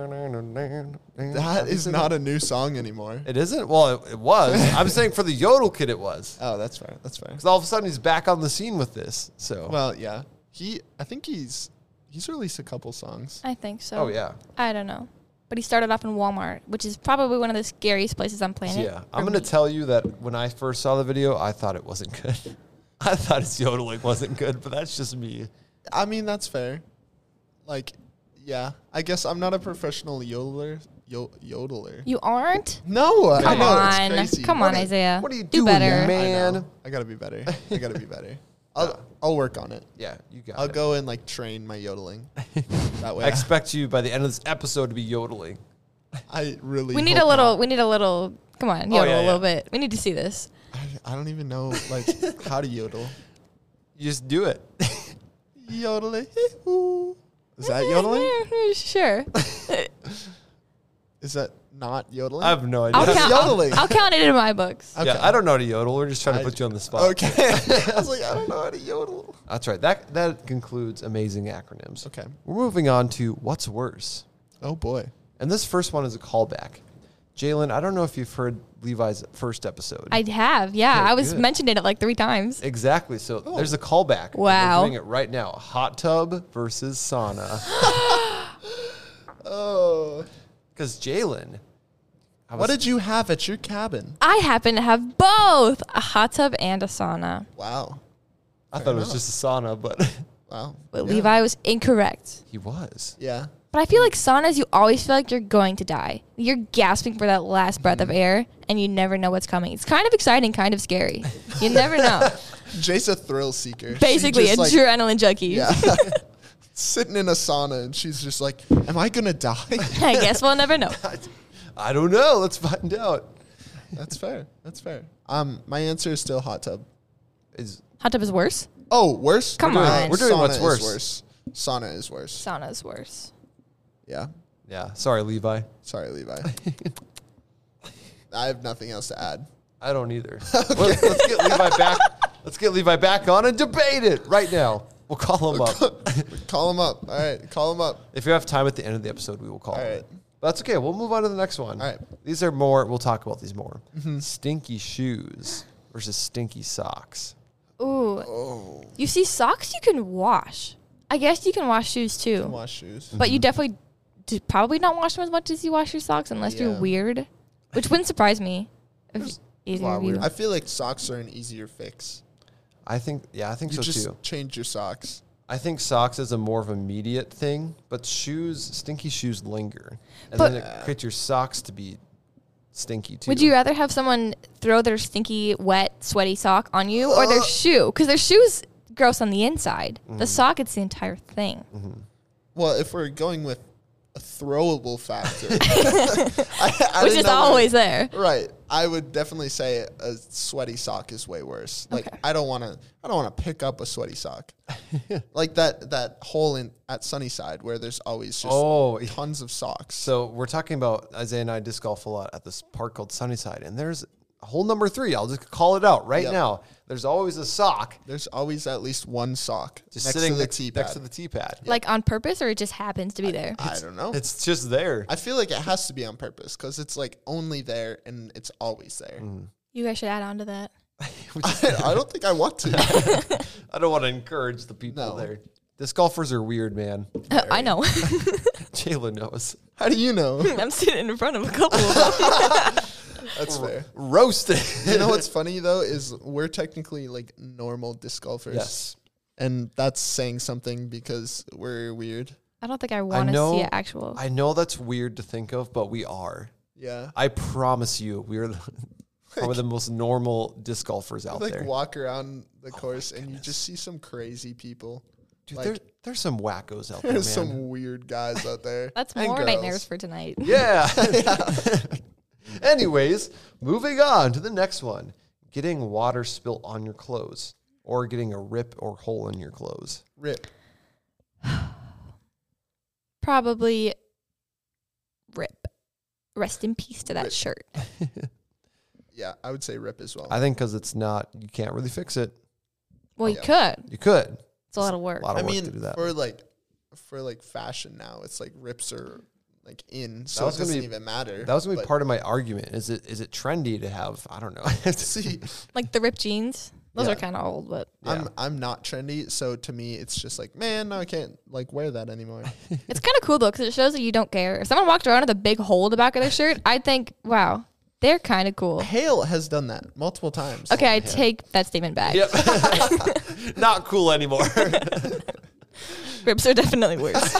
Speaker 1: was.
Speaker 2: that is not a new song anymore.
Speaker 1: It isn't. Well, it,
Speaker 2: <laughs>
Speaker 1: it was. I'm saying for the yodel kid, it was.
Speaker 2: Oh, that's fair. That's fair.
Speaker 1: Because all of a sudden he's back on the scene with this. So.
Speaker 2: Well, yeah. He, I think he's he's released a couple songs.
Speaker 3: I think so.
Speaker 1: oh yeah.
Speaker 3: I don't know. But he started off in Walmart, which is probably one of the scariest places on planet. Um,
Speaker 1: yeah.
Speaker 3: for
Speaker 1: I'm gonna
Speaker 3: me.
Speaker 1: tell you that when I first saw the video, I thought it wasn't good. <laughs> I thought his yodeling wasn't good, but that's just me.
Speaker 2: I mean, that's fair. Like, yeah. I guess I'm not a professional yodeler. Yo- yodeler.
Speaker 3: You aren't?
Speaker 2: no, I
Speaker 3: Come
Speaker 2: know, it's
Speaker 3: on.
Speaker 2: crazy.
Speaker 3: Come
Speaker 2: What
Speaker 3: on,
Speaker 2: a-
Speaker 3: Isaiah.
Speaker 1: What are you
Speaker 3: Do
Speaker 1: doing,
Speaker 3: better.
Speaker 2: I know.
Speaker 1: man?
Speaker 2: I gotta be better. I gotta be
Speaker 1: <laughs>
Speaker 2: better. I'll I'll work on it.
Speaker 1: Yeah, you got
Speaker 2: I'll
Speaker 1: it.
Speaker 2: go and like train my
Speaker 1: <laughs>
Speaker 2: yodeling. that way,
Speaker 1: I expect you by the end of this episode to be yodeling.
Speaker 2: I really.
Speaker 3: We need
Speaker 2: hope
Speaker 3: a little
Speaker 2: not.
Speaker 3: we need a little come on,
Speaker 1: Oh,
Speaker 3: yodel
Speaker 1: yeah,
Speaker 3: a little bit. We need to see this.
Speaker 2: I, I don't even know like how to
Speaker 1: <laughs>
Speaker 2: yodel.
Speaker 1: You just do it. <laughs>
Speaker 3: <laughs>
Speaker 1: <laughs>
Speaker 2: Yodeling. Is that yodeling?
Speaker 3: sure.
Speaker 2: Is that not yodeling?
Speaker 1: I have no idea.
Speaker 3: I'll
Speaker 2: That's
Speaker 3: count,
Speaker 2: yodeling.
Speaker 3: I'll, I'll count it in my books.
Speaker 2: Okay.
Speaker 1: Yeah, I don't know how to yodel. We're just trying to
Speaker 2: I-
Speaker 1: put you on the spot.
Speaker 2: Okay. <laughs> I was like, I don't know how to yodel.
Speaker 1: That's right. That that concludes amazing acronyms.
Speaker 2: Okay.
Speaker 1: We're moving on to what's worse.
Speaker 2: Oh boy.
Speaker 1: And this first one is a callback. Jalen, I don't know if you've heard Levi's first episode.
Speaker 3: I have, yeah.
Speaker 1: Okay,
Speaker 3: I was
Speaker 1: good.
Speaker 3: mentioning it like three times.
Speaker 1: exactly. So
Speaker 2: Oh.
Speaker 1: there's a callback. and
Speaker 3: Wow.
Speaker 1: We're doing it right now. Hot tub versus sauna.
Speaker 2: <gasps> Oh.
Speaker 1: Because Jalen, I
Speaker 2: What
Speaker 1: was-
Speaker 2: did you have at your cabin?
Speaker 3: I happen to have both a hot tub and a sauna.
Speaker 2: Wow.
Speaker 1: I thought it was just a sauna, but <laughs>
Speaker 2: Wow.
Speaker 3: But
Speaker 2: yeah.
Speaker 3: Levi was incorrect.
Speaker 1: he was.
Speaker 2: Yeah.
Speaker 3: But I feel like saunas, you always feel like you're going to die. You're gasping for that last breath
Speaker 2: Mm-hmm.
Speaker 3: of air, and you never know what's coming. It's kind of exciting, kind of scary. You
Speaker 2: <laughs>
Speaker 3: never know.
Speaker 2: Jay's a thrill seeker. She
Speaker 3: Basically,
Speaker 2: just, like-
Speaker 3: adrenaline junkie. <laughs>
Speaker 2: Yeah. <laughs> Sitting in a sauna and she's just like, Am I gonna
Speaker 3: <laughs>
Speaker 2: die?
Speaker 3: I guess we'll never
Speaker 2: <laughs>
Speaker 3: know.
Speaker 1: I don't know. Let's find out.
Speaker 2: That's fair. That's fair. Um, my answer is still hot tub.
Speaker 1: Is
Speaker 3: Hot tub is worse.
Speaker 2: Oh, worse?
Speaker 3: Come
Speaker 2: Uh,
Speaker 3: on.
Speaker 1: We're doing
Speaker 2: sauna
Speaker 1: what's
Speaker 2: is
Speaker 1: worse.
Speaker 2: Sauna is worse.
Speaker 3: Sauna is worse.
Speaker 2: Yeah.
Speaker 1: yeah. Sorry, Levi.
Speaker 2: Sorry,
Speaker 3: <laughs>
Speaker 2: Levi. I have nothing else to add.
Speaker 1: I
Speaker 2: <laughs>
Speaker 1: don't either. let's, let's get Levi back. Let's get Levi back on and debate it right now. We'll
Speaker 2: <laughs>
Speaker 1: call him up.
Speaker 2: call him up. All right. Call him up.
Speaker 1: If you have time at the end of the episode, we will call
Speaker 2: All
Speaker 1: him.
Speaker 2: right.
Speaker 1: But that's okay. We'll move on to the next one.
Speaker 2: All right. Mm-hmm.
Speaker 1: These are more. We'll talk about these more. Stinky shoes versus stinky socks.
Speaker 3: Ooh.
Speaker 2: Oh,
Speaker 3: You see, socks you can wash. I guess you can wash shoes too.
Speaker 2: Wash shoes.
Speaker 3: But you definitely do probably not wash them as much as you wash your socks unless
Speaker 2: Yeah.
Speaker 3: you're weird, which wouldn't surprise me. If either
Speaker 1: lot
Speaker 3: of you.
Speaker 1: weird.
Speaker 2: I feel like socks are an easier fix.
Speaker 1: I think. Yeah, I think
Speaker 2: You
Speaker 1: so
Speaker 2: just
Speaker 1: too.
Speaker 2: change your socks.
Speaker 1: I think socks is a more of immediate thing, but shoes, stinky shoes linger, and
Speaker 3: But-
Speaker 1: then
Speaker 2: uh,
Speaker 1: it creates your socks to be stinky too.
Speaker 3: Would you rather have someone throw their stinky, wet, sweaty sock on you or their shoe? Because their shoe's gross on the inside. The sock, it's the entire thing.
Speaker 2: Well, if we're going with a throwable
Speaker 3: <laughs>
Speaker 2: factor, I- I
Speaker 3: Which
Speaker 2: didn't
Speaker 3: is
Speaker 2: know what-
Speaker 3: always there.
Speaker 2: Right. I would definitely say a sweaty sock is way worse. Like
Speaker 3: Okay.
Speaker 2: I don't want to I don't want to pick up a sweaty
Speaker 1: <laughs>
Speaker 2: sock. like that that hole in at Sunnyside where there's always just
Speaker 1: Oh, yeah.
Speaker 2: tons of socks.
Speaker 1: So we're talking about Isaiah and I disc golf a lot at this park called Sunnyside, and there's hole number three. I'll just call it out right
Speaker 2: Yep.
Speaker 1: now. There's always a sock
Speaker 2: There's always at least one sock
Speaker 1: just
Speaker 2: next
Speaker 1: sitting
Speaker 2: to the
Speaker 1: next,
Speaker 2: tee
Speaker 1: next
Speaker 2: pad.
Speaker 1: to the tee pad.
Speaker 3: Like on purpose or it just happens to be there?
Speaker 2: I don't know.
Speaker 1: It's just there.
Speaker 2: I feel like it has to be on purpose cuz it's like only there and it's always there.
Speaker 1: Mm.
Speaker 3: you guys should add on to that.
Speaker 2: <laughs> I don't think I want
Speaker 1: <laughs>
Speaker 2: to.
Speaker 1: I don't want to encourage the people
Speaker 2: No.
Speaker 1: there. Disc golfers are weird, man. <laughs>
Speaker 3: Uh, <laughs> I know.
Speaker 1: Jalen knows.
Speaker 2: How do you know?
Speaker 3: <laughs> I'm sitting in front of a couple of them.
Speaker 2: That's fair.
Speaker 1: <laughs> Roasted.
Speaker 2: You know what's funny though is we're technically like normal disc golfers.
Speaker 1: yes.
Speaker 2: and that's saying something because we're weird.
Speaker 3: <laughs> I don't think
Speaker 1: <laughs>
Speaker 3: I
Speaker 1: I
Speaker 3: want to
Speaker 1: know.
Speaker 3: see it actual.
Speaker 1: I know that's weird to think of, but we are.
Speaker 2: Yeah.
Speaker 1: I promise you, we are the, <laughs> probably the most normal disc golfers out
Speaker 2: like
Speaker 1: there. Oh
Speaker 2: walk around the course and you just see some crazy people.
Speaker 1: Dude,
Speaker 2: like-
Speaker 1: there, there's some wackos <laughs> out there, Oh, man.
Speaker 2: There's some weird guys out there.
Speaker 3: That's
Speaker 2: and
Speaker 3: more
Speaker 2: girls.
Speaker 3: nightmares for tonight.
Speaker 1: <laughs> Yeah. Anyways, moving on to the next one. Getting water spilt on your clothes or getting a rip or hole in your clothes.
Speaker 2: Rip.
Speaker 3: Probably rip. Rest in peace to that
Speaker 2: Rip.
Speaker 3: shirt.
Speaker 2: Yeah, I would say rip as well.
Speaker 1: I think because it's not, you can't really fix it.
Speaker 3: Well, you
Speaker 2: Yeah.
Speaker 3: could.
Speaker 1: You could.
Speaker 3: It's a lot of work.
Speaker 1: A lot
Speaker 2: I
Speaker 1: of work
Speaker 2: mean,
Speaker 1: to do that.
Speaker 2: for like, for like fashion now, it's like rips are like in, so
Speaker 1: was
Speaker 2: it
Speaker 1: gonna
Speaker 2: doesn't
Speaker 1: be-
Speaker 2: even matter.
Speaker 1: That was gonna be
Speaker 2: but
Speaker 1: part of my argument. Is it is it trendy to have? I <laughs> don't know.
Speaker 2: See,
Speaker 3: Like the ripped jeans. Those
Speaker 2: Yeah.
Speaker 3: are kind of old, but
Speaker 1: Yeah.
Speaker 2: I'm I'm not trendy, so to me, it's just like, man, no, I can't like wear that
Speaker 1: <laughs>
Speaker 2: anymore.
Speaker 3: it's kind of cool though because it shows that you don't care. If someone walked around with a big hole in the back of their shirt, I'd think, wow, they're kind of cool.
Speaker 2: Hale has done that multiple times.
Speaker 3: Okay, I take that statement back.
Speaker 1: Yep. <laughs> Not cool anymore.
Speaker 3: Rips are definitely worse.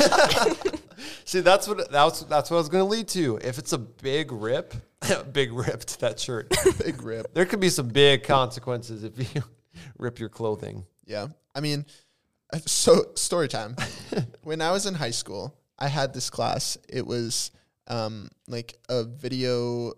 Speaker 1: <laughs> See, that's what that's that's what I was gonna lead to. If it's a big rip, <laughs> big rip to that shirt.
Speaker 2: <laughs> big rip.
Speaker 1: there could be some big consequences if you <laughs> rip your clothing.
Speaker 2: Yeah. I mean, uh, so story time.
Speaker 1: <laughs>
Speaker 2: when I was in high school, I had this class. It was um, like a video,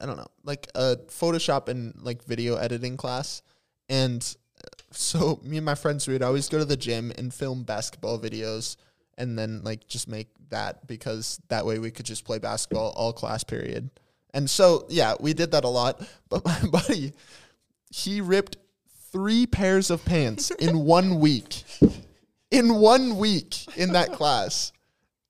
Speaker 2: I don't know, like a Photoshop and like video editing class. And uh, so me and my friends, we would always go to the gym and film basketball videos and then like just make that because that way we could just play basketball all class period. And so yeah, we did that a lot. <laughs> But my buddy, he ripped three pairs of pants in one week. In one week in that class.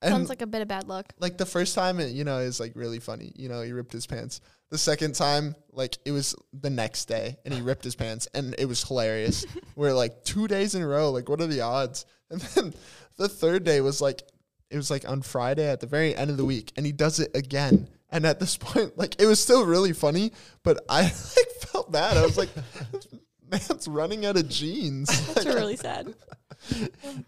Speaker 2: And
Speaker 3: Sounds like a bit of bad luck.
Speaker 2: like the first time it, you know, is like really funny. You know, he ripped his pants. The second time, like it was the next day and he ripped his pants and it was hilarious. We're like two days in a row, like what are the odds? <laughs> And then the third day was like it was like on Friday at the very end of the week and he does it again. And at this <laughs> point, like it was still really funny, but I <laughs> like felt bad. I was like, <laughs> this man's running out of jeans.
Speaker 3: It's really sad.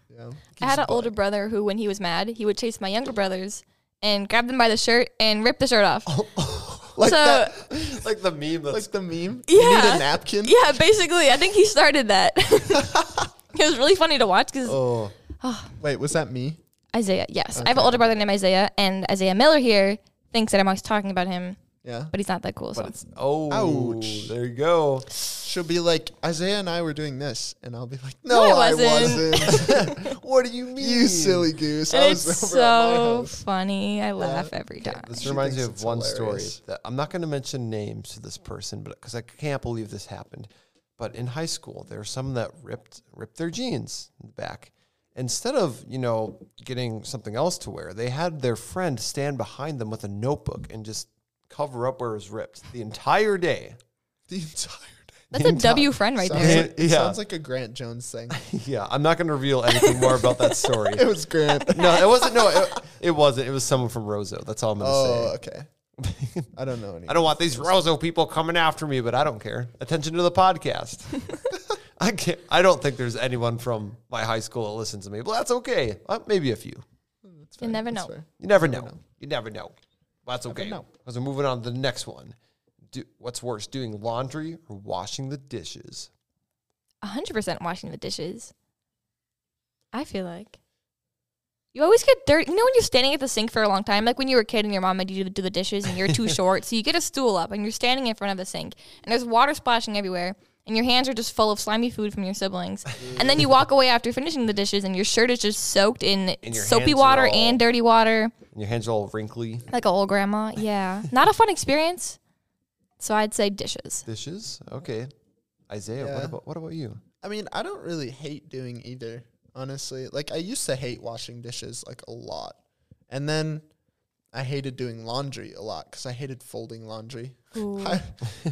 Speaker 2: Yeah.
Speaker 3: I had an older brother who, when he was mad, he would chase my younger brothers and grab them by the shirt and rip the
Speaker 2: <laughs>
Speaker 3: shirt off.
Speaker 2: Oh, Like
Speaker 3: So-
Speaker 2: that,
Speaker 1: like the meme that's
Speaker 2: like the meme. You need
Speaker 3: Yeah.
Speaker 2: a napkin.
Speaker 3: Yeah, basically, I think he
Speaker 2: <laughs>
Speaker 3: started that. <laughs> it was really funny to watch because
Speaker 1: oh
Speaker 3: Ah.
Speaker 2: Wait, was that me?
Speaker 3: Isaiah, yes, I have an older brother named Isaiah, and Isaiah Miller here thinks that I'm always talking about him,
Speaker 2: Yeah.
Speaker 3: but he's not that cool. So
Speaker 1: oh
Speaker 2: Ouch.
Speaker 1: there you go.
Speaker 2: She'll be like, Isaiah and I were doing this. And I'll be like, No,
Speaker 3: I
Speaker 2: I wasn't.
Speaker 3: wasn't." <laughs>
Speaker 1: What do you mean?
Speaker 2: you silly goose. I
Speaker 3: And it's
Speaker 2: was
Speaker 1: <laughs>
Speaker 2: over at my
Speaker 3: so
Speaker 2: house.
Speaker 3: funny. I laugh every time.
Speaker 1: This
Speaker 2: She
Speaker 1: reminds me
Speaker 2: thinks
Speaker 1: of
Speaker 2: it's
Speaker 1: one
Speaker 2: hilarious.
Speaker 1: story that I'm not going to mention names to this person, but because I can't believe this happened. But in high school, there were some that ripped ripped their jeans in the back. Instead of you know getting something else to wear, they had their friend stand behind them with a notebook and just cover up where it was ripped the entire day. <laughs>
Speaker 2: The entire day.
Speaker 3: That's a W friend right
Speaker 2: Sounds
Speaker 3: there.
Speaker 2: like, it
Speaker 1: Yeah.
Speaker 2: sounds like a Grant Jones thing.
Speaker 1: yeah, I'm not going to reveal anything more about that story.
Speaker 2: <laughs> it was
Speaker 1: <laughs>
Speaker 2: Grant.
Speaker 1: No, it wasn't. No, it, it wasn't. It was someone from Roseau. That's all I'm going to
Speaker 2: Oh,
Speaker 1: say.
Speaker 2: okay. I don't know any.
Speaker 1: I don't want these Roseau people coming after me, but I don't care. Attention to the <laughs> podcast. I can't. I don't think there's anyone from my high school that listens to me, but that's okay. Uh, maybe a few.
Speaker 3: You never
Speaker 2: That's
Speaker 3: know.
Speaker 2: fair.
Speaker 1: You never know. You never know. That's okay.
Speaker 2: know.
Speaker 1: Because we're moving on to the next one. Do, what's worse, doing laundry or washing the dishes?
Speaker 3: 100% washing the dishes. I feel like. You always get dirty. You know when you're standing at the sink for a long time? Like when you were a kid and your mom made you do the dishes and
Speaker 1: <laughs>
Speaker 3: you're too short. So you get a stool up and you're standing in front of the sink and there's water splashing everywhere and your hands are just full of slimy food from your siblings. and then you walk away after finishing the dishes and your shirt is just soaked in
Speaker 1: And your
Speaker 3: soapy
Speaker 1: hands are
Speaker 3: water
Speaker 1: all-
Speaker 3: and dirty water.
Speaker 1: And your hands are all wrinkly.
Speaker 3: Like an old grandma. Yeah. Not a fun experience. So I'd say dishes.
Speaker 1: Dishes. Okay. Isaiah, what
Speaker 2: Yeah.
Speaker 1: about what about you?
Speaker 2: I mean, I don't really hate doing either, honestly. Like I used to hate washing dishes like a lot. And then I hated doing laundry a lot cuz I hated folding laundry. <laughs> I,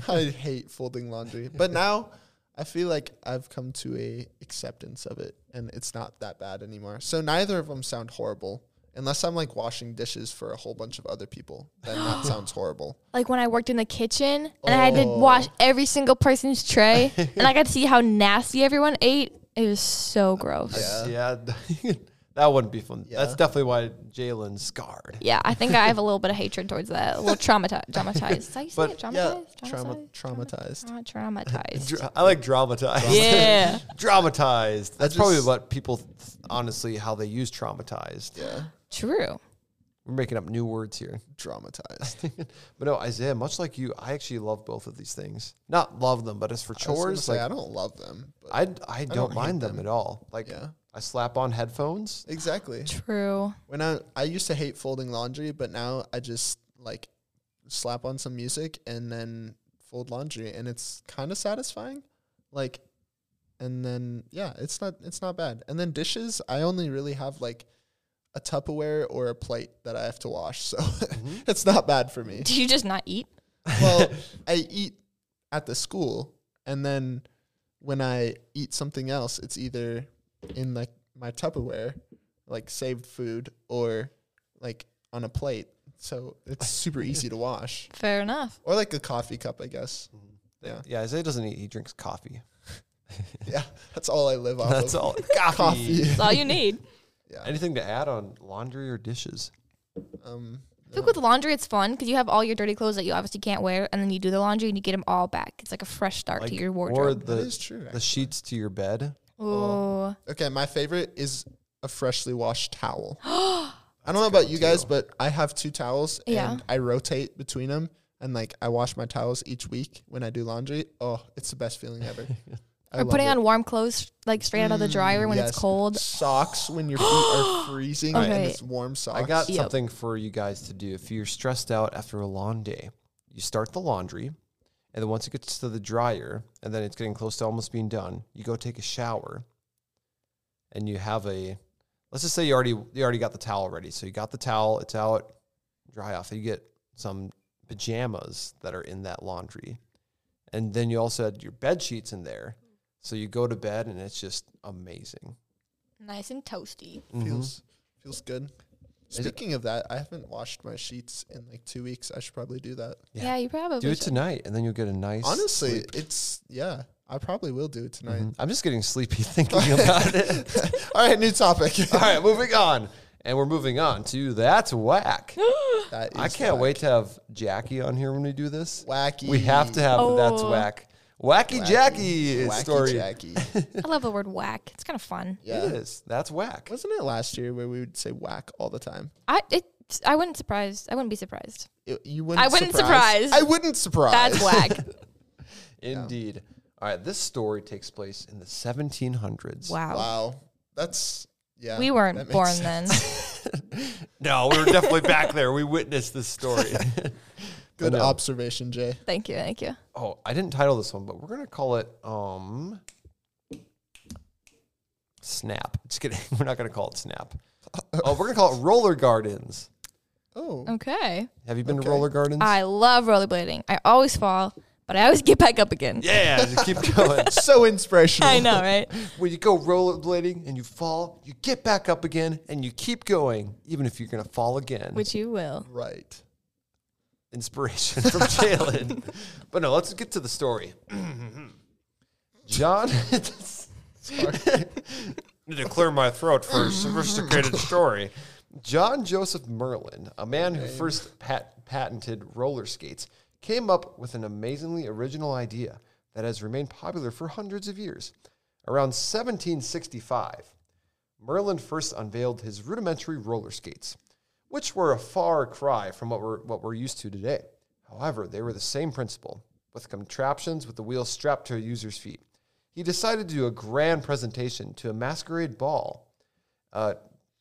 Speaker 2: I hate folding laundry. But now I feel like I've come to a acceptance of it and it's not that bad anymore. So neither of them sound horrible unless I'm like washing dishes for a whole bunch of other people. Then
Speaker 3: <gasps>
Speaker 2: that sounds horrible.
Speaker 3: like when I worked in the kitchen and I had to wash every single person's tray and I got to see how nasty everyone ate. It was so gross. Yeah,
Speaker 1: Yeah, <laughs> that wouldn't be fun. That's
Speaker 2: Yeah.
Speaker 1: definitely why Jalen's scarred.
Speaker 3: I think I have a little bit of hatred towards that. A little traumatized. Traumatized. Is that how you say
Speaker 1: But-
Speaker 3: it?
Speaker 2: Yeah,
Speaker 3: Traumatized?
Speaker 2: trauma
Speaker 3: traumatized?
Speaker 2: traumatized.
Speaker 3: Tra- traumatized.
Speaker 1: Dra- I like dramatized.
Speaker 3: yeah.
Speaker 1: dramatized. That's
Speaker 2: just-
Speaker 1: probably what people, th- honestly, how they use traumatized.
Speaker 2: Yeah,
Speaker 3: True.
Speaker 1: We're making up new words here. <laughs>
Speaker 2: traumatized.
Speaker 1: but no, Isaiah, much like you, I actually love both of these things. Not love them, but as
Speaker 2: I
Speaker 1: for
Speaker 2: was gonna
Speaker 1: chores,
Speaker 2: say, I
Speaker 1: like
Speaker 2: don't love them. But
Speaker 1: I, I, don't
Speaker 2: hate
Speaker 1: mind them.
Speaker 2: them.
Speaker 1: at all. Like
Speaker 2: Yeah.
Speaker 1: I slap on headphones.
Speaker 2: exactly.
Speaker 3: True.
Speaker 2: When I I used to hate folding laundry, but now I just like slap on some music and then fold laundry, and it's kind of satisfying. Like, and then yeah, it's not it's not bad. And then dishes, I only really have like a Tupperware or a plate that I have to wash, so <laughs> it's not bad for me.
Speaker 3: Do you just not eat?
Speaker 2: well,
Speaker 1: <laughs>
Speaker 2: I eat at the school, and then when I eat something else, it's either in like my Tupperware, like saved food, or like on a plate. So it's super easy to wash,
Speaker 3: Fair enough.
Speaker 2: or like a coffee cup, I guess. Yeah, <laughs>
Speaker 1: Yeah, Isaiah doesn't eat. He drinks coffee.
Speaker 2: yeah, that's all I live off.
Speaker 1: That's
Speaker 2: of.
Speaker 1: all.
Speaker 2: Oh. <laughs> Coffee. <laughs>
Speaker 1: coffee.
Speaker 3: That's all you need.
Speaker 2: Yeah.
Speaker 1: Anything to add on laundry or dishes?
Speaker 2: Um,
Speaker 3: I think with laundry, it's fun because you have all your dirty clothes that you obviously can't wear, and then you do the laundry and you get them all back. It's like a fresh start to
Speaker 1: Like,
Speaker 3: your
Speaker 1: or
Speaker 3: wardrobe.
Speaker 1: the
Speaker 2: is true,
Speaker 1: the
Speaker 2: actually.
Speaker 1: sheets to your bed.
Speaker 2: oh,
Speaker 3: Ooh.
Speaker 2: okay, my favorite is a freshly washed
Speaker 3: <gasps>
Speaker 2: towel. I don't know about you guys, but I have two towels
Speaker 3: Yeah.
Speaker 2: and I rotate between
Speaker 1: <laughs>
Speaker 2: them. And like I wash my towels each week when I do laundry. Oh, it's the best feeling ever. I
Speaker 3: Or
Speaker 2: love
Speaker 3: putting
Speaker 2: it.
Speaker 3: on warm clothes like straight out of the dryer when
Speaker 2: yes.
Speaker 3: it's cold.
Speaker 2: socks when your feet
Speaker 3: <gasps>
Speaker 2: are freezing and
Speaker 3: Okay.
Speaker 2: it's warm socks.
Speaker 1: I got
Speaker 3: Yep.
Speaker 1: something for you guys to do. If you're stressed out after a long day, you start the laundry, and then once it gets to the dryer, and then it's getting close to almost being done, you go take a shower, and you have a. Let's just say you already you already got the towel ready, so you got the towel, it's out, dry off. You get some pajamas that are in that laundry, and then you also had your bed sheets in there, so you go to bed and it's just amazing.
Speaker 3: Nice and toasty.
Speaker 1: Mhm.
Speaker 2: feels feels good.
Speaker 1: it-
Speaker 2: Speaking of that, I haven't washed my sheets in like two weeks. I should probably do that.
Speaker 1: Yeah.
Speaker 3: Yeah, you probably
Speaker 1: Do it
Speaker 3: should.
Speaker 1: tonight, and then you'll get a nice.
Speaker 2: Honestly,
Speaker 1: sleep.
Speaker 2: it's yeah. I probably will do it tonight.
Speaker 1: Mhm. I'm just getting sleepy <laughs> thinking about it.
Speaker 2: <laughs>
Speaker 1: <laughs>
Speaker 2: All right, new topic.
Speaker 1: All right, moving on. And we're moving on to That's
Speaker 2: <gasps>
Speaker 1: Whack.
Speaker 2: That
Speaker 1: I
Speaker 2: is
Speaker 1: can't
Speaker 2: whack-
Speaker 1: wait to have Jackie on here when we do this.
Speaker 2: Wacky.
Speaker 1: We have to have the That's
Speaker 3: Oh.
Speaker 1: Whack. Wacky,
Speaker 2: Wacky.
Speaker 1: Jackie
Speaker 2: Wacky <laughs>
Speaker 1: story.
Speaker 2: Jackie.
Speaker 3: I love the word whack. It's kind of fun.
Speaker 2: Yeah.
Speaker 1: It is. That's Whack.
Speaker 2: Wasn't it last year where we would say whack all the time?
Speaker 3: I it I wouldn't surprised. I wouldn't be surprised.
Speaker 2: It- you wouldn't.
Speaker 3: I wouldn't surprise.
Speaker 2: I wouldn't surprise.
Speaker 3: That's whack.
Speaker 2: <laughs>
Speaker 1: Indeed. All right, this story takes place in the 1700s.
Speaker 3: Wow.
Speaker 2: Wow. That's yeah.
Speaker 3: We
Speaker 2: that
Speaker 3: weren't
Speaker 2: makes
Speaker 3: born
Speaker 2: sense.
Speaker 3: then.
Speaker 2: <laughs>
Speaker 1: No, we were definitely back there. We witnessed this <laughs> story.
Speaker 2: Good
Speaker 1: I know.
Speaker 2: observation, Jay.
Speaker 3: thank you, thank you.
Speaker 1: oh, I didn't title this one, but we're gonna call it um Snap. Just kidding. <laughs> We're not gonna call it Snap. Oh, we're gonna call it Roller Gardens.
Speaker 2: Oh,
Speaker 3: Okay.
Speaker 1: Have you been
Speaker 2: Okay.
Speaker 1: to roller gardens?
Speaker 3: I love rollerblading. I always fall, but I always <laughs> get back up again.
Speaker 1: yeah, just keep going. <laughs>
Speaker 2: so inspirational.
Speaker 3: I know, right?
Speaker 2: <laughs>
Speaker 1: When you go rollerblading and you fall, you get back up again and you keep going, even if you're gonna fall again.
Speaker 3: Which you will.
Speaker 2: Right.
Speaker 1: inspiration from <laughs> Jalen. but no, let's get to the story. <clears throat> John. <laughs> Need to clear my throat for a sophisticated story. John Joseph Merlin, a man who first pat- patented roller skates, came up with an amazingly original idea that has remained popular for hundreds of years. Around 1765, Merlin first unveiled his rudimentary roller skates, which were a far cry from what we're, what we're used to today. However, they were the same principle, with contraptions with the wheels strapped to a user's feet. He decided to do a grand presentation to a masquerade ball uh,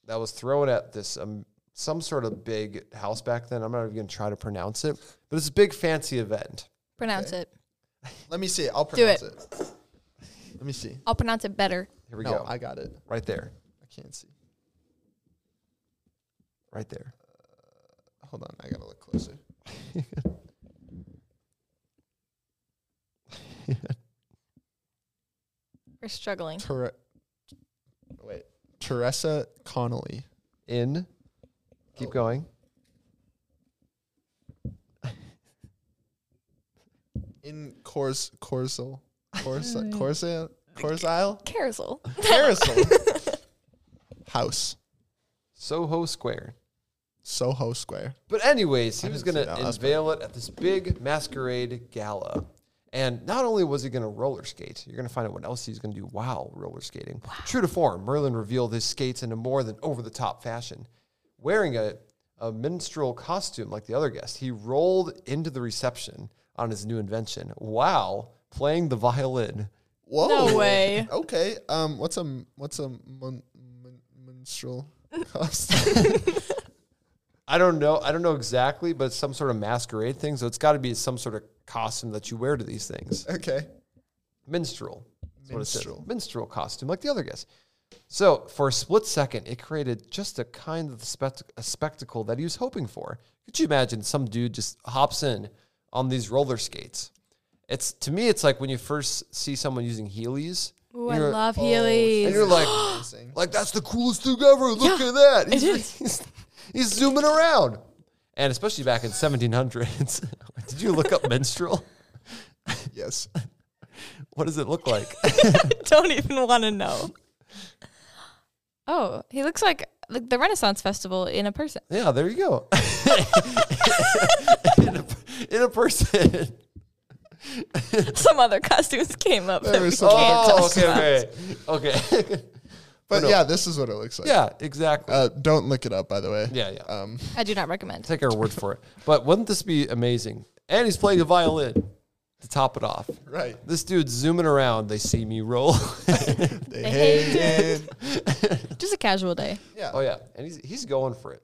Speaker 1: that was thrown at this um, some sort of big house back then. I'm not even going to try to pronounce it, but it's a big fancy event.
Speaker 3: Pronounce it.
Speaker 2: Let me see. I'll pronounce
Speaker 3: it.
Speaker 2: it. Let me see.
Speaker 3: I'll pronounce it better.
Speaker 1: Here we
Speaker 2: no,
Speaker 1: go,
Speaker 2: I got it.
Speaker 1: right there,
Speaker 2: I can't see.
Speaker 1: right there.
Speaker 2: Hold on. I gotta look closer.
Speaker 3: We're struggling.
Speaker 2: Ter- Wait, Teresa Connolly.
Speaker 1: In, keep
Speaker 2: Oh.
Speaker 1: going.
Speaker 2: in Cors Corzel
Speaker 3: <laughs>
Speaker 2: Corsa Corsa Corsile
Speaker 1: <laughs>
Speaker 3: Carousel.
Speaker 2: Carousel <laughs> House
Speaker 1: Soho Square.
Speaker 2: Soho Square.
Speaker 1: But anyways, he
Speaker 2: I
Speaker 1: was
Speaker 2: didn't
Speaker 1: gonna
Speaker 2: see that last
Speaker 1: unveil it at this big masquerade gala. And not only was he gonna roller skate, you're gonna find out what else he's gonna do while roller skating. True to form, Merlin revealed his skates in a more than over the top fashion. Wearing a, a minstrel costume like the other guest, he rolled into the reception on his new invention while playing the violin.
Speaker 2: Whoa!
Speaker 3: No way.
Speaker 2: Okay. Um, what's a m- what's a mon, mon, minstrel
Speaker 3: <laughs>
Speaker 2: costume?
Speaker 1: I don't know. I don't know exactly, but it's some sort of masquerade thing. So it's got to be some sort of costume that you wear to these things.
Speaker 2: okay.
Speaker 1: minstrel. That's what it says.
Speaker 2: Minstrel.
Speaker 1: Minstrel costume, like the other guys. So for a split second, it created just a kind of spect- a spectacle that he was hoping for. Could you imagine some dude just hops in on these roller skates? It's to me, it's like when you first see someone using Heelys.
Speaker 3: Ooh,
Speaker 1: and
Speaker 3: I
Speaker 1: you're-
Speaker 3: love
Speaker 1: And <laughs>
Speaker 3: Heelys. <laughs>
Speaker 2: <gasps>
Speaker 1: you're
Speaker 3: <gasps>
Speaker 1: like,
Speaker 2: Amazing.
Speaker 1: like that's the coolest thing ever. Look
Speaker 3: Yeah,
Speaker 1: at that. He's,
Speaker 3: it
Speaker 1: <laughs>
Speaker 3: is.
Speaker 1: he's, he's zooming around, and especially back in 1700s. <laughs> Did you look up minstrel? <laughs>
Speaker 2: Yes.
Speaker 1: What does it look like?
Speaker 3: Don't even want to know. <laughs> Oh, he looks like like the Renaissance Festival in a person. <laughs>
Speaker 1: Yeah, there you go. <laughs> in, a, in a <laughs> person.
Speaker 3: Some other costumes came up. that
Speaker 2: There
Speaker 3: we
Speaker 2: is some other
Speaker 3: can't talk
Speaker 1: okay,
Speaker 3: about.
Speaker 1: Oh, okay, <laughs> okay.
Speaker 2: But
Speaker 1: no.
Speaker 2: yeah, this is what it looks like.
Speaker 1: yeah, exactly.
Speaker 2: Uh, don't look it up, by the way.
Speaker 1: yeah, yeah.
Speaker 2: Um,
Speaker 3: <laughs> I do not recommend.
Speaker 1: Take our word for it. But wouldn't this be amazing? And he's playing a violin. to top it off.
Speaker 2: Right.
Speaker 1: This dude's zooming around. They see me roll. <laughs>
Speaker 3: <laughs>
Speaker 2: They
Speaker 3: hate
Speaker 2: hate it.
Speaker 3: <laughs> Just a casual day.
Speaker 2: Yeah.
Speaker 1: Oh yeah, and he's he's going for it.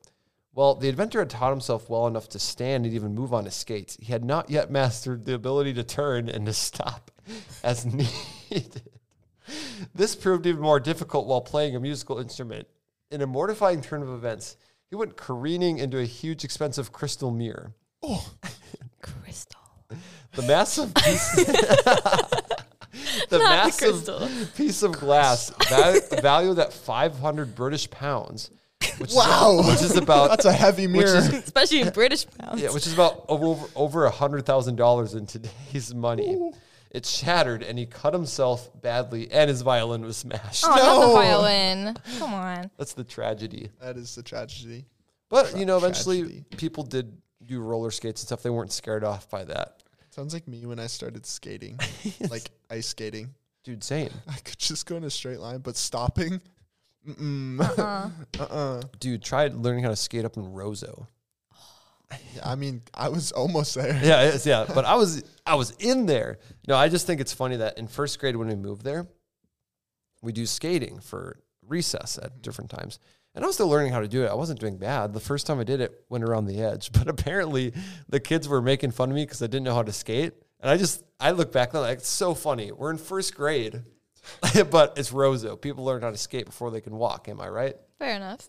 Speaker 1: Well, the inventor had taught himself well enough to stand and even move on his skates. He had not yet mastered the ability to turn and to stop <laughs> as needed. This proved even more difficult while playing a musical instrument. In a mortifying turn of events, he went careening into a huge, expensive crystal mirror.
Speaker 3: Crystal.
Speaker 1: The
Speaker 3: <laughs>
Speaker 1: massive piece, <laughs> the
Speaker 3: Not the
Speaker 1: massive
Speaker 3: crystal.
Speaker 1: piece of glass val- valued at 500 British pounds, which
Speaker 2: Wow.
Speaker 1: is, which is
Speaker 2: <laughs>
Speaker 1: about
Speaker 2: That's a heavy
Speaker 1: which
Speaker 2: mirror.
Speaker 1: is <laughs>
Speaker 3: Especially in British pounds.
Speaker 1: Yeah, which is about over over a hundred thousand dollars in today's money. It shattered, and he cut himself badly, and his violin was smashed.
Speaker 3: <laughs> oh, not
Speaker 2: No.
Speaker 3: the violin. Come on.
Speaker 1: That's the tragedy.
Speaker 2: that is the tragedy.
Speaker 1: But you know, eventually
Speaker 2: Tragedy.
Speaker 1: people did do roller skates and stuff. They weren't scared off by that.
Speaker 2: Sounds like me when I started
Speaker 1: <laughs>
Speaker 2: skating, like ice skating.
Speaker 1: Dude, same.
Speaker 2: I could just go in a straight line, but stopping, mm uh uh.
Speaker 1: Dude, try learning how to skate up in Roseau.
Speaker 2: I mean, I was almost there.
Speaker 1: Yeah, it's, yeah. But I was I was in there. No, I just think it's funny that in first grade when we moved there, we do skating for recess
Speaker 2: Mm-hmm.
Speaker 1: at different times. And I was still learning how to do it. I wasn't doing bad. The first time I did it went around the edge, <laughs> but apparently the kids were making fun of me because I didn't know how to skate. And I just I look back and I'm like, it's so funny. We're in first grade. <laughs> but it's Roseau. People learn how to skate before they can walk. Am I right?
Speaker 3: Fair
Speaker 1: <laughs>
Speaker 3: enough.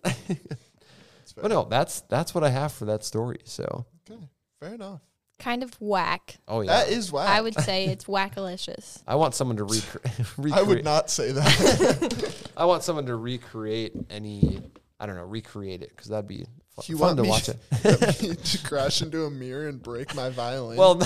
Speaker 1: But no, that's that's what I have for that story. So,
Speaker 2: Okay, fair enough.
Speaker 3: kind of whack.
Speaker 1: oh yeah,
Speaker 2: That is whack.
Speaker 3: I would say
Speaker 1: <laughs>
Speaker 3: it's wackalicious.
Speaker 1: I want someone to recre- <laughs> recreate.
Speaker 2: I would not say
Speaker 1: <laughs>
Speaker 2: that.
Speaker 1: I want someone to recreate any. I don't know, recreate it because that'd be fu-
Speaker 2: you want
Speaker 1: fun to
Speaker 2: me <laughs>
Speaker 1: watch it. <laughs>
Speaker 2: me to crash into a mirror and break my violin?
Speaker 1: Well, <laughs>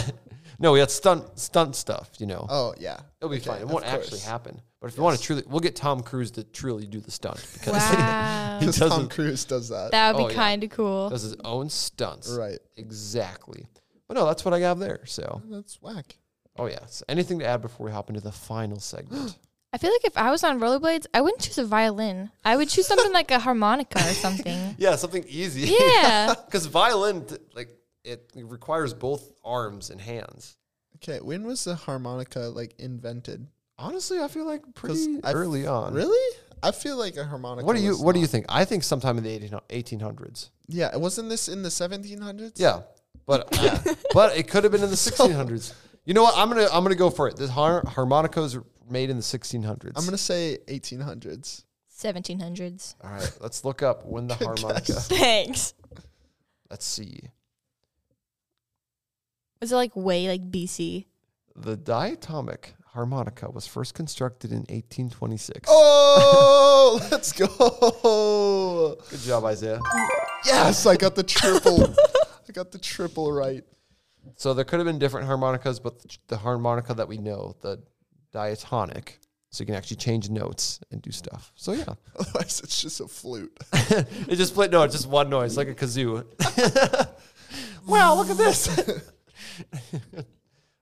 Speaker 1: no, we got stunt stunt stuff. You know,
Speaker 2: oh yeah,
Speaker 1: it'll be
Speaker 2: Okay,
Speaker 1: fine. It
Speaker 2: of
Speaker 1: won't actually
Speaker 2: course.
Speaker 1: happen. But if you want to truly, we'll get Tom Cruise to truly do
Speaker 2: <laughs>
Speaker 1: the stunt because
Speaker 3: Wow.
Speaker 1: <laughs> he
Speaker 2: Because
Speaker 1: does,
Speaker 2: Tom
Speaker 1: his,
Speaker 2: Cruise does that.
Speaker 3: That would
Speaker 1: Oh,
Speaker 3: be
Speaker 1: yeah.
Speaker 3: kind of cool.
Speaker 1: does his own stunts.
Speaker 2: Right.
Speaker 1: Exactly. But no, that's what I have there. So,
Speaker 2: That's whack.
Speaker 1: oh yeah. So anything to add before we hop into the
Speaker 2: <gasps>
Speaker 1: final segment?
Speaker 3: I feel like if I was on rollerblades, I wouldn't choose a violin. I would choose something <laughs> like a harmonica or something.
Speaker 1: yeah, something easy. <laughs>
Speaker 3: Yeah.
Speaker 1: Because violin, t- like, it requires both arms and hands.
Speaker 2: Okay, when was the harmonica like invented?
Speaker 1: Honestly, I feel like
Speaker 2: 'Cause
Speaker 1: pretty
Speaker 2: I-
Speaker 1: Eh, early on.
Speaker 2: Really? I feel like a harmonica.
Speaker 1: What do you
Speaker 2: was
Speaker 1: What do you
Speaker 2: not-
Speaker 1: think? I think sometime in the 18, 1800s.
Speaker 2: Yeah, wasn't this in the 1700s?
Speaker 1: Yeah,
Speaker 2: <laughs>
Speaker 1: but <laughs> but it could have been in the 1600s. You know what? I'm gonna I'm gonna go for it. This har- harmonicas were made in the 1600s.
Speaker 2: I'm gonna say
Speaker 1: <laughs>
Speaker 2: 1800s.
Speaker 3: 1700s.
Speaker 1: All right, let's look up
Speaker 2: <laughs>
Speaker 1: when the harmonica.
Speaker 3: Thanks.
Speaker 1: Let's see.
Speaker 3: Was it like way like BC?
Speaker 1: The diatomic harmonica was first constructed in 1826.
Speaker 2: Oh, <laughs> let's go!
Speaker 1: Good job, Isaiah.
Speaker 2: Yes, I got the triple. I got the triple right.
Speaker 1: So there could have been different harmonicas, but the, the harmonica that we know, the diatonic, so you can actually change notes and do stuff. So yeah.
Speaker 2: Otherwise, it's just a flute.
Speaker 1: It just split. No, it's just one noise, like a kazoo. <laughs> wow, look at this. <laughs>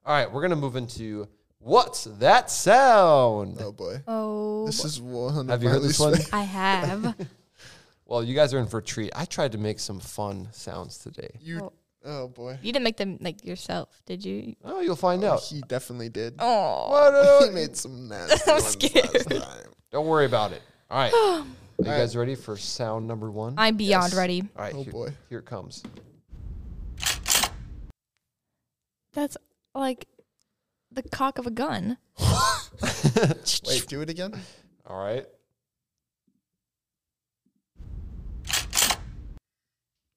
Speaker 1: All right, we're gonna move into what's that sound?
Speaker 2: Oh boy,
Speaker 3: Oh,
Speaker 2: this is one.
Speaker 1: Have
Speaker 2: of
Speaker 1: you
Speaker 2: my
Speaker 1: heard
Speaker 2: least
Speaker 1: this one?
Speaker 2: fa-
Speaker 3: <laughs> I have.
Speaker 1: Well, you guys are in for a treat. I tried to make some fun sounds today.
Speaker 2: You. Oh boy.
Speaker 3: you didn't make them like yourself, did you?
Speaker 1: Oh, you'll
Speaker 2: <laughs>
Speaker 1: find out.
Speaker 2: He definitely did.
Speaker 3: Oh.
Speaker 2: He made some nasty ones last time.
Speaker 1: <laughs> Don't worry about it.
Speaker 2: <gasps>
Speaker 1: All right, are you guys ready for sound number one?
Speaker 3: I'm beyond ready.
Speaker 1: All right,
Speaker 2: Oh,
Speaker 1: here,
Speaker 2: boy.
Speaker 1: here
Speaker 2: <laughs>
Speaker 1: it comes.
Speaker 3: That's like the cock of a gun.
Speaker 2: Wait, do it again.
Speaker 1: All right.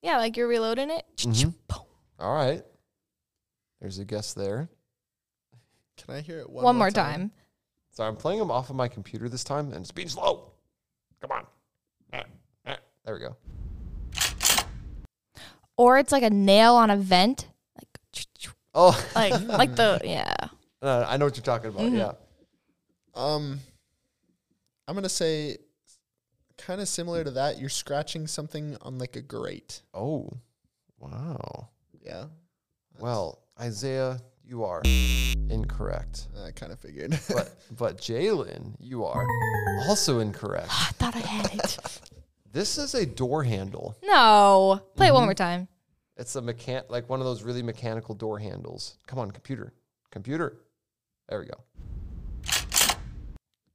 Speaker 3: Yeah, like you're reloading it.
Speaker 1: Mhm. All right. There's a guess there.
Speaker 2: Can I hear it one,
Speaker 3: One, more time.
Speaker 1: So I'm playing them off of my computer this time, and it's being slow. Come on. Eh, eh. There we go.
Speaker 3: Or it's like a nail on a vent. Like
Speaker 1: Oh, <laughs>
Speaker 3: like like the yeah.
Speaker 1: uh, I know what you're talking about. Yeah.
Speaker 2: Um, I'm gonna say, kind of similar to that. You're scratching something on like a grate.
Speaker 1: Oh, wow.
Speaker 2: Yeah,
Speaker 1: Well, Isaiah, you are incorrect.
Speaker 2: I kind of figured. <laughs>
Speaker 1: But but Jalen, you are also incorrect.
Speaker 3: <laughs> I thought I had <laughs> it.
Speaker 1: This is a door handle.
Speaker 3: No. Play it one more time.
Speaker 1: It's a mechan like one of those really mechanical door handles. Come on, computer. Computer. There we go.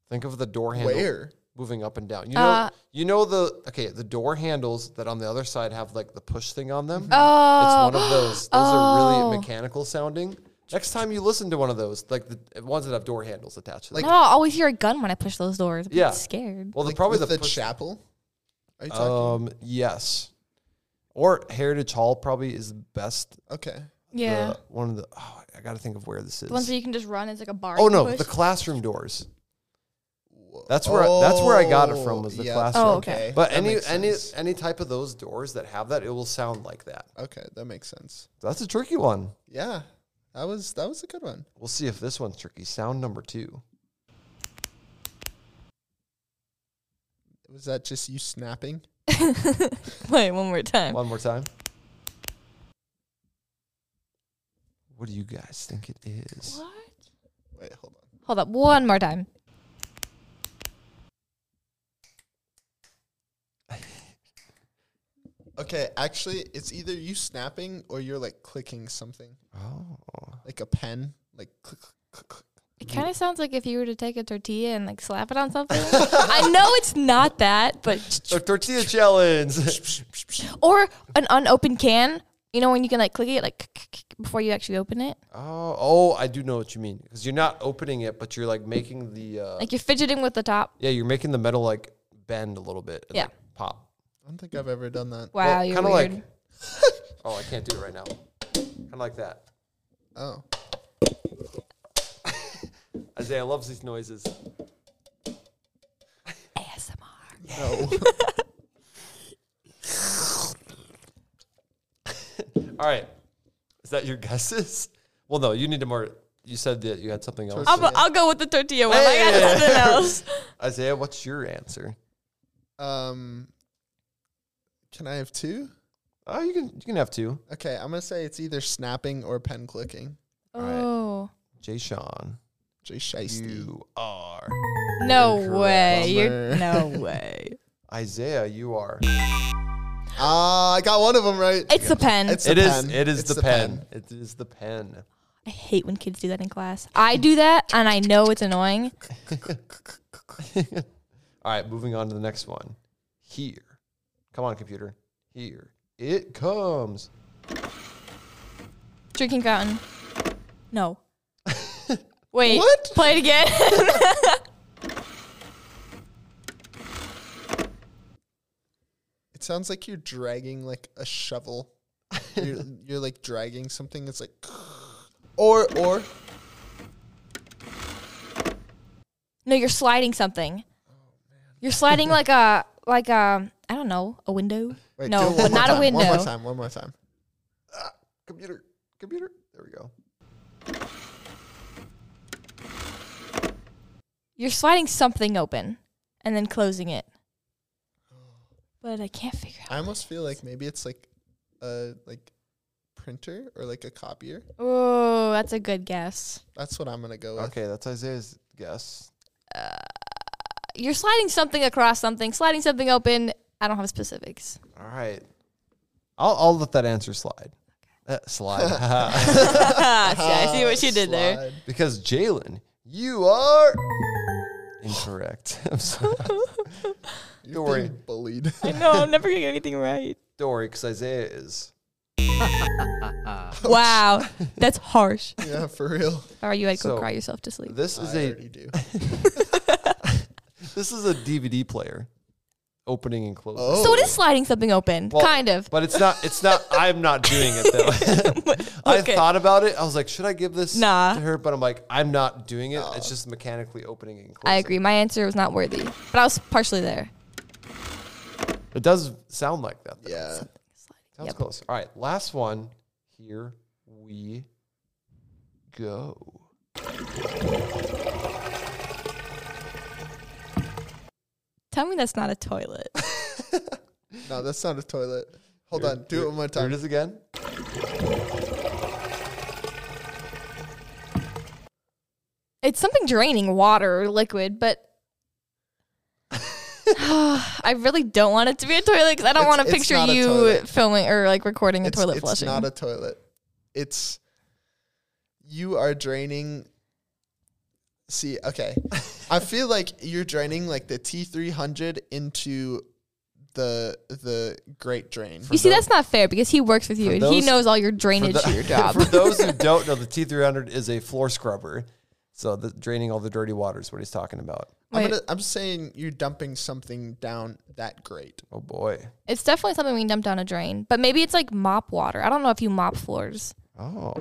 Speaker 1: Think of the door handle
Speaker 2: Where?
Speaker 1: moving up and down. You know,
Speaker 3: Uh,
Speaker 1: you know the okay, the door handles that on the other side have like the push thing on them. It's
Speaker 3: Oh,
Speaker 1: one of those. Those are really
Speaker 3: Oh.
Speaker 1: mechanical sounding. Next time you listen to one of those, like the ones that have door handles attached to them.
Speaker 3: no, I always hear a gun when I push those doors.
Speaker 1: Yeah.
Speaker 3: I'm scared.
Speaker 1: well, the,
Speaker 2: Like
Speaker 1: probably
Speaker 2: with
Speaker 1: the,
Speaker 2: the,
Speaker 1: push,
Speaker 2: chapel. Are you talking?
Speaker 1: Um, yes. Or Heritage Hall probably is the best.
Speaker 2: okay.
Speaker 3: Yeah.
Speaker 1: The, one of the oh, I got to think of where this is.
Speaker 3: The ones that you can just run as like a bar.
Speaker 1: oh
Speaker 3: you
Speaker 1: no,
Speaker 3: push. <laughs>
Speaker 1: the classroom doors. That's where I, that's where I got it from was the
Speaker 2: yeah.
Speaker 1: classroom.
Speaker 3: Oh, okay.
Speaker 1: But
Speaker 2: that
Speaker 1: any
Speaker 2: makes
Speaker 1: any
Speaker 2: sense.
Speaker 1: any type of those doors that have that, it will sound like that.
Speaker 2: Okay, that makes sense.
Speaker 1: That's a tricky one.
Speaker 2: Yeah. That was that was a good one.
Speaker 1: We'll see if this one's tricky. Sound number two.
Speaker 2: Was that just you snapping?
Speaker 3: Wait, one more time.
Speaker 1: One more time. What do you guys think it is?
Speaker 3: What?
Speaker 2: Wait, hold on.
Speaker 3: Hold up, one more time.
Speaker 2: Okay, actually, it's either you snapping or you're like clicking something,
Speaker 1: Oh,
Speaker 2: like a pen, like click, click, click, click.
Speaker 1: Mm.
Speaker 3: It kind of sounds like if you were to take a tortilla and like
Speaker 1: <laughs>
Speaker 3: slap it on something. I know it's not that, but
Speaker 1: a tortilla challenge. <laughs>
Speaker 3: or an unopened can. You know when you can like click it like before you actually open it.
Speaker 1: oh, oh, I do know what you mean because you're not opening it, but you're like making the uh,
Speaker 3: Like you're fidgeting with the top.
Speaker 1: yeah, you're making the metal like bend a little bit. and,
Speaker 3: Yeah.
Speaker 1: like, pop.
Speaker 2: I don't think I've ever done that.
Speaker 3: Wow,
Speaker 1: Well,
Speaker 3: you're
Speaker 1: kinda
Speaker 3: weird.
Speaker 1: like- <laughs> Oh, I can't do it right now. Kind of like that.
Speaker 2: Oh,
Speaker 1: Isaiah loves these noises.
Speaker 3: ASMR.
Speaker 2: no. <laughs>
Speaker 1: All right, is that your <laughs> guesses? Well, no, you need to more. You said that you had something else.
Speaker 3: I'll,
Speaker 2: Tortilla.
Speaker 3: I'll go with the tortilla one. I got
Speaker 1: Hey!
Speaker 3: nothing
Speaker 1: <laughs>
Speaker 3: else.
Speaker 1: Isaiah, what's your answer?
Speaker 2: um, can I have two?
Speaker 1: Oh, you can you can have two.
Speaker 2: Okay, I'm gonna say it's either snapping or pen clicking.
Speaker 1: right.
Speaker 3: Oh
Speaker 1: Jay Sean,
Speaker 2: Jay Shiesty.
Speaker 1: you are
Speaker 3: no
Speaker 1: Incorrect.
Speaker 3: way! You're, no
Speaker 2: Bummer.
Speaker 3: way!
Speaker 1: Isaiah. You are.
Speaker 2: Ah, I got one of them right.
Speaker 3: It's the pen.
Speaker 2: It's-
Speaker 1: It
Speaker 2: the
Speaker 1: is.
Speaker 2: pen.
Speaker 1: It is
Speaker 2: It's
Speaker 1: the,
Speaker 2: the
Speaker 1: pen. It is the pen.
Speaker 3: <laughs>
Speaker 1: <laughs>
Speaker 3: I hate when kids do that in class. I do that, and I know it's annoying.
Speaker 1: All right, moving on to the next one. Here, come on, computer. Here it comes.
Speaker 3: Drinking fountain.
Speaker 2: <laughs>
Speaker 3: No. Wait.
Speaker 2: What?
Speaker 3: Play it again. <laughs>
Speaker 2: It sounds like you're dragging like a shovel. you're, you're like dragging something. It's like, <sniffs> or or
Speaker 3: no, you're sliding something. You're sliding like a like a I don't know a window.
Speaker 2: wait, do
Speaker 3: no,
Speaker 2: it one more
Speaker 3: not
Speaker 2: time,
Speaker 3: a window.
Speaker 2: One more time. One more time.
Speaker 1: Ah, computer, computer. There we go.
Speaker 3: You're sliding something open and then closing it. But I can't figure out.
Speaker 2: I almost feel like maybe it's like a like printer or like a copier.
Speaker 3: Oh, that's a good guess.
Speaker 2: That's what I'm gonna go with.
Speaker 1: Okay, that's Isaiah's guess.
Speaker 3: You're sliding something across something, sliding something open. I don't
Speaker 2: <laughs>
Speaker 3: have specifics. <laughs>
Speaker 1: All right, I'll I'll let that answer slide. Uh, slide. <laughs>
Speaker 3: <laughs> See, I see what you did there.
Speaker 2: Slide.
Speaker 1: Because Jalen, you are incorrect. <laughs> I'm sorry.
Speaker 2: You're
Speaker 1: Don't worry.
Speaker 2: being bullied.
Speaker 3: <laughs>
Speaker 2: <laughs>
Speaker 3: I know I'm never getting anything right.
Speaker 1: Don't worry, because Isaiah is.
Speaker 3: Wow,
Speaker 2: <laughs>
Speaker 3: that's harsh.
Speaker 2: yeah, for real.
Speaker 3: Or you had to
Speaker 1: So,
Speaker 3: cry yourself to sleep.
Speaker 1: This is
Speaker 2: I
Speaker 1: a
Speaker 2: already do.
Speaker 1: this is a DVD player, opening and closing.
Speaker 2: Oh.
Speaker 3: so it is sliding something open,
Speaker 1: Well,
Speaker 3: kind of.
Speaker 1: But it's not. It's not. I'm not doing it
Speaker 3: <laughs>
Speaker 1: though. <laughs> I
Speaker 3: okay.
Speaker 1: thought about it. I was like, should I give this
Speaker 3: Nah.
Speaker 1: to her? But I'm like, I'm not doing it. It's just mechanically opening and closing.
Speaker 3: I agree. My answer was not worthy, but I was partially there.
Speaker 1: It does sound like that. Though.
Speaker 2: Yeah.
Speaker 1: sounds
Speaker 3: Yep.
Speaker 1: close. All right, last one. Here we go.
Speaker 3: Tell me that's not a toilet.
Speaker 2: No, that's not a toilet. Hold
Speaker 1: Here-
Speaker 2: on. Do
Speaker 1: here-
Speaker 2: it one more
Speaker 1: Here it
Speaker 2: time.
Speaker 1: is again.
Speaker 3: it's something draining, water or liquid, but <sighs> I really don't want it to be a toilet because I don't
Speaker 2: It's-
Speaker 3: want to
Speaker 2: it's
Speaker 3: picture
Speaker 2: not a
Speaker 3: you
Speaker 2: toilet.
Speaker 3: filming or like recording a
Speaker 2: It's,
Speaker 3: toilet
Speaker 2: it's
Speaker 3: flushing.
Speaker 2: not a toilet. It's you are draining. See, okay, I feel like you're draining like the T three hundred into the the Great Drain.
Speaker 3: You see, that's not fair because he works with you
Speaker 1: For
Speaker 3: and he
Speaker 1: those-
Speaker 3: knows all your
Speaker 1: For,
Speaker 3: drainage
Speaker 1: tho- <laughs>
Speaker 3: to your job.
Speaker 1: for those who don't know, the T300 is a floor scrubber. So the, draining all the dirty water is what he's talking about.
Speaker 2: I'm,
Speaker 3: Wait.
Speaker 2: gonna, I'm saying you're dumping something down that great.
Speaker 1: Oh boy.
Speaker 3: It's definitely something we can dump down a drain, but maybe it's like mop water. I don't know if you mop floors.
Speaker 1: Oh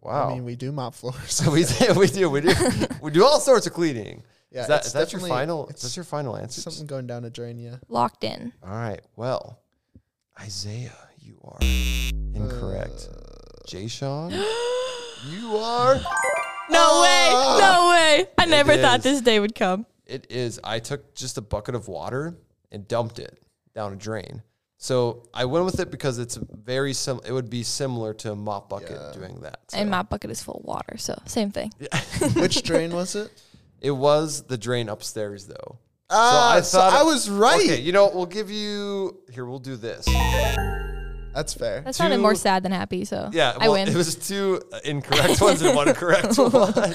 Speaker 1: wow.
Speaker 2: I mean, we do mop floors.
Speaker 1: <laughs>
Speaker 2: <laughs>
Speaker 1: so <laughs> we do, we do we do we do all sorts of cleaning.
Speaker 2: Yeah,
Speaker 1: is that,
Speaker 2: it's
Speaker 1: is that your
Speaker 2: definitely-
Speaker 1: final?
Speaker 2: it's
Speaker 1: That's your final answer.
Speaker 2: something going down a drain, yeah.
Speaker 3: Locked in.
Speaker 1: All right. Well, Isaiah, you are
Speaker 2: Uh,
Speaker 1: incorrect. Jay Sean, you are.
Speaker 3: No way. No way. I never
Speaker 1: Ah! is.
Speaker 3: thought this day would come.
Speaker 1: It is. I took just a bucket of water and dumped it down a drain. So I went with it because it's very sim. It would be similar to a mop bucket doing that. So
Speaker 3: And my bucket is full of water, so same thing.
Speaker 2: Which drain was it?
Speaker 1: it was the drain upstairs, though.
Speaker 2: Ah, so I was right.
Speaker 1: Okay, you know what? We'll give you here. We'll do this.
Speaker 2: That's fair.
Speaker 3: That sounded more
Speaker 1: Two-
Speaker 3: sad than happy, so
Speaker 1: Yeah,
Speaker 3: I
Speaker 1: well,
Speaker 3: win.
Speaker 1: It was two incorrect <laughs> ones and one
Speaker 3: <laughs>
Speaker 1: correct one.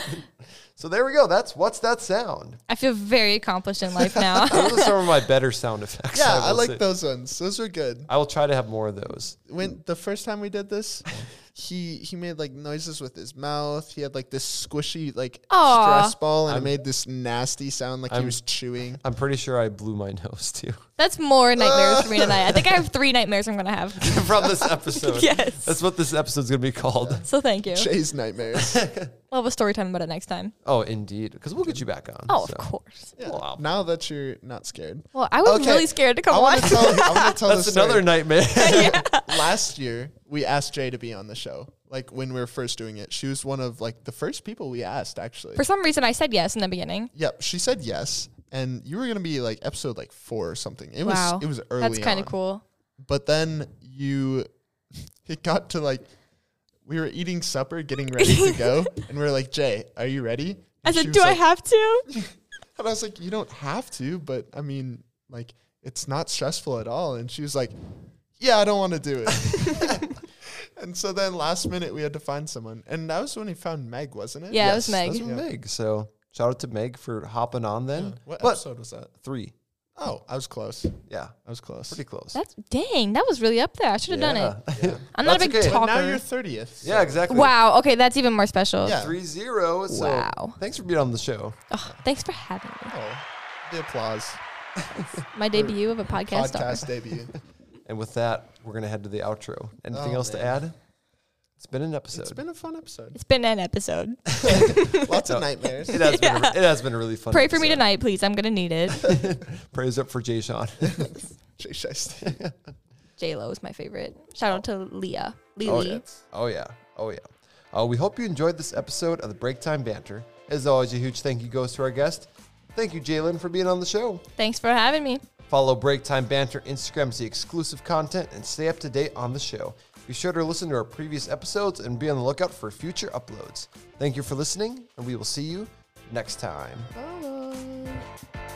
Speaker 1: So there we go. That's what's that sound?
Speaker 3: I feel very accomplished in
Speaker 1: <laughs>
Speaker 3: life now. <laughs>
Speaker 1: Those are some of my better sound effects.
Speaker 2: yeah,
Speaker 1: will
Speaker 2: I like
Speaker 1: say.
Speaker 2: those ones. Those were good.
Speaker 1: I will try to have more of those.
Speaker 2: When the first time we did
Speaker 1: <laughs>
Speaker 2: this, he he made like noises with his mouth. He had like this squishy like
Speaker 3: Aw.
Speaker 2: stress ball, and
Speaker 1: I'm-
Speaker 2: it made this nasty sound like he
Speaker 1: I'm-
Speaker 2: was
Speaker 3: <laughs>
Speaker 2: chewing.
Speaker 1: I'm pretty sure I blew my <laughs> nose too
Speaker 3: That's more nightmares for me tonight. I think I have three nightmares I'm
Speaker 1: <laughs>
Speaker 3: gonna have.
Speaker 1: from this episode.
Speaker 3: Yes.
Speaker 1: That's what this episode's going to be called.
Speaker 3: So thank you.
Speaker 2: Jay's
Speaker 1: <laughs>
Speaker 2: nightmares.
Speaker 3: We'll have a story time about it next time.
Speaker 1: Oh, indeed. Because we'll get you back on.
Speaker 3: Oh,
Speaker 1: so.
Speaker 3: of course.
Speaker 2: Yeah.
Speaker 1: Wow.
Speaker 2: Now that you're not scared.
Speaker 3: Well, I was
Speaker 2: Okay,
Speaker 3: really scared to come
Speaker 2: I
Speaker 3: on.
Speaker 2: want to tell. I
Speaker 3: <laughs>
Speaker 2: want to tell
Speaker 1: That's
Speaker 2: this
Speaker 1: another
Speaker 2: story.
Speaker 1: nightmare.
Speaker 2: Last year, we asked Jay to be on the show. Like when we were first doing it, she was one of like the first people we asked actually.
Speaker 3: For some reason, I said yes in the beginning.
Speaker 2: Yep, she said yes, and you were gonna be like episode like four or something. It
Speaker 3: wow,
Speaker 2: was it was early.
Speaker 3: That's kind
Speaker 2: on.
Speaker 3: of cool.
Speaker 2: But then you, <laughs> it got to like, we were eating supper, getting ready to
Speaker 3: <laughs>
Speaker 2: go, and we are like, Jay, are you ready?
Speaker 3: I
Speaker 2: And she
Speaker 3: said,
Speaker 2: was
Speaker 3: "Do I
Speaker 2: like-
Speaker 3: have to?"
Speaker 2: And I was like, you don't have to, but I mean, like, it's not stressful at all. And she was like, yeah, I don't want to do it.
Speaker 3: <laughs>
Speaker 2: <laughs> and so then last minute we had to find someone, and that was when we found Meg, wasn't it?
Speaker 3: Yeah, it
Speaker 1: <laughs>
Speaker 3: was
Speaker 1: That's
Speaker 3: Meg.
Speaker 1: from Meg. So shout out to Meg for hopping on then.
Speaker 2: What
Speaker 1: but
Speaker 2: episode was that?
Speaker 1: three.
Speaker 2: Oh, I was close. I
Speaker 1: Yeah.
Speaker 2: was close.
Speaker 1: Pretty close.
Speaker 3: That's dang. That was really up there. I should have done it.
Speaker 1: Yeah.
Speaker 3: <laughs> I'm not a
Speaker 1: That's
Speaker 3: big
Speaker 1: okay.
Speaker 2: But
Speaker 3: talker.
Speaker 2: now you're thirtieth.
Speaker 1: Yeah, exactly.
Speaker 3: wow. Okay, that's even more special.
Speaker 2: Yeah.
Speaker 1: Three zero. So
Speaker 3: Wow.
Speaker 1: Thanks for being on the show.
Speaker 3: Oh, thanks for having me.
Speaker 2: Oh, the applause.
Speaker 3: My debut of a podcast. star.
Speaker 2: Podcast
Speaker 3: <laughs>
Speaker 2: debut.
Speaker 1: And with that, we're gonna head to the outro. Anything
Speaker 2: Oh,
Speaker 1: else to
Speaker 2: man.
Speaker 1: add? It's been an episode.
Speaker 2: It's been a fun episode.
Speaker 3: It's been an episode.
Speaker 2: Lots
Speaker 1: No.
Speaker 2: of nightmares.
Speaker 1: <laughs> it has
Speaker 3: <laughs>
Speaker 1: been. A, it has been a really fun.
Speaker 3: Pray for me
Speaker 1: episode.
Speaker 3: tonight, please. I'm gonna need it.
Speaker 1: Praise up for Jay Sean.
Speaker 2: Jay Shiesty.
Speaker 3: J Lo is my favorite. Shout out to Leah.
Speaker 1: oh
Speaker 3: Lily.
Speaker 1: yeah. Oh yeah. Oh yeah. Uh, we hope you enjoyed this episode of the Break Time Banter. As always, a huge thank you goes to our guest. Thank you, Jalen, for being on the show.
Speaker 3: Thanks for having me.
Speaker 1: Follow Break Time Banter Instagram to see exclusive content and stay up to date on the show. Be sure to listen to our previous episodes and be on the lookout for future uploads. Thank you for listening, and we will see you next time.
Speaker 2: Bye.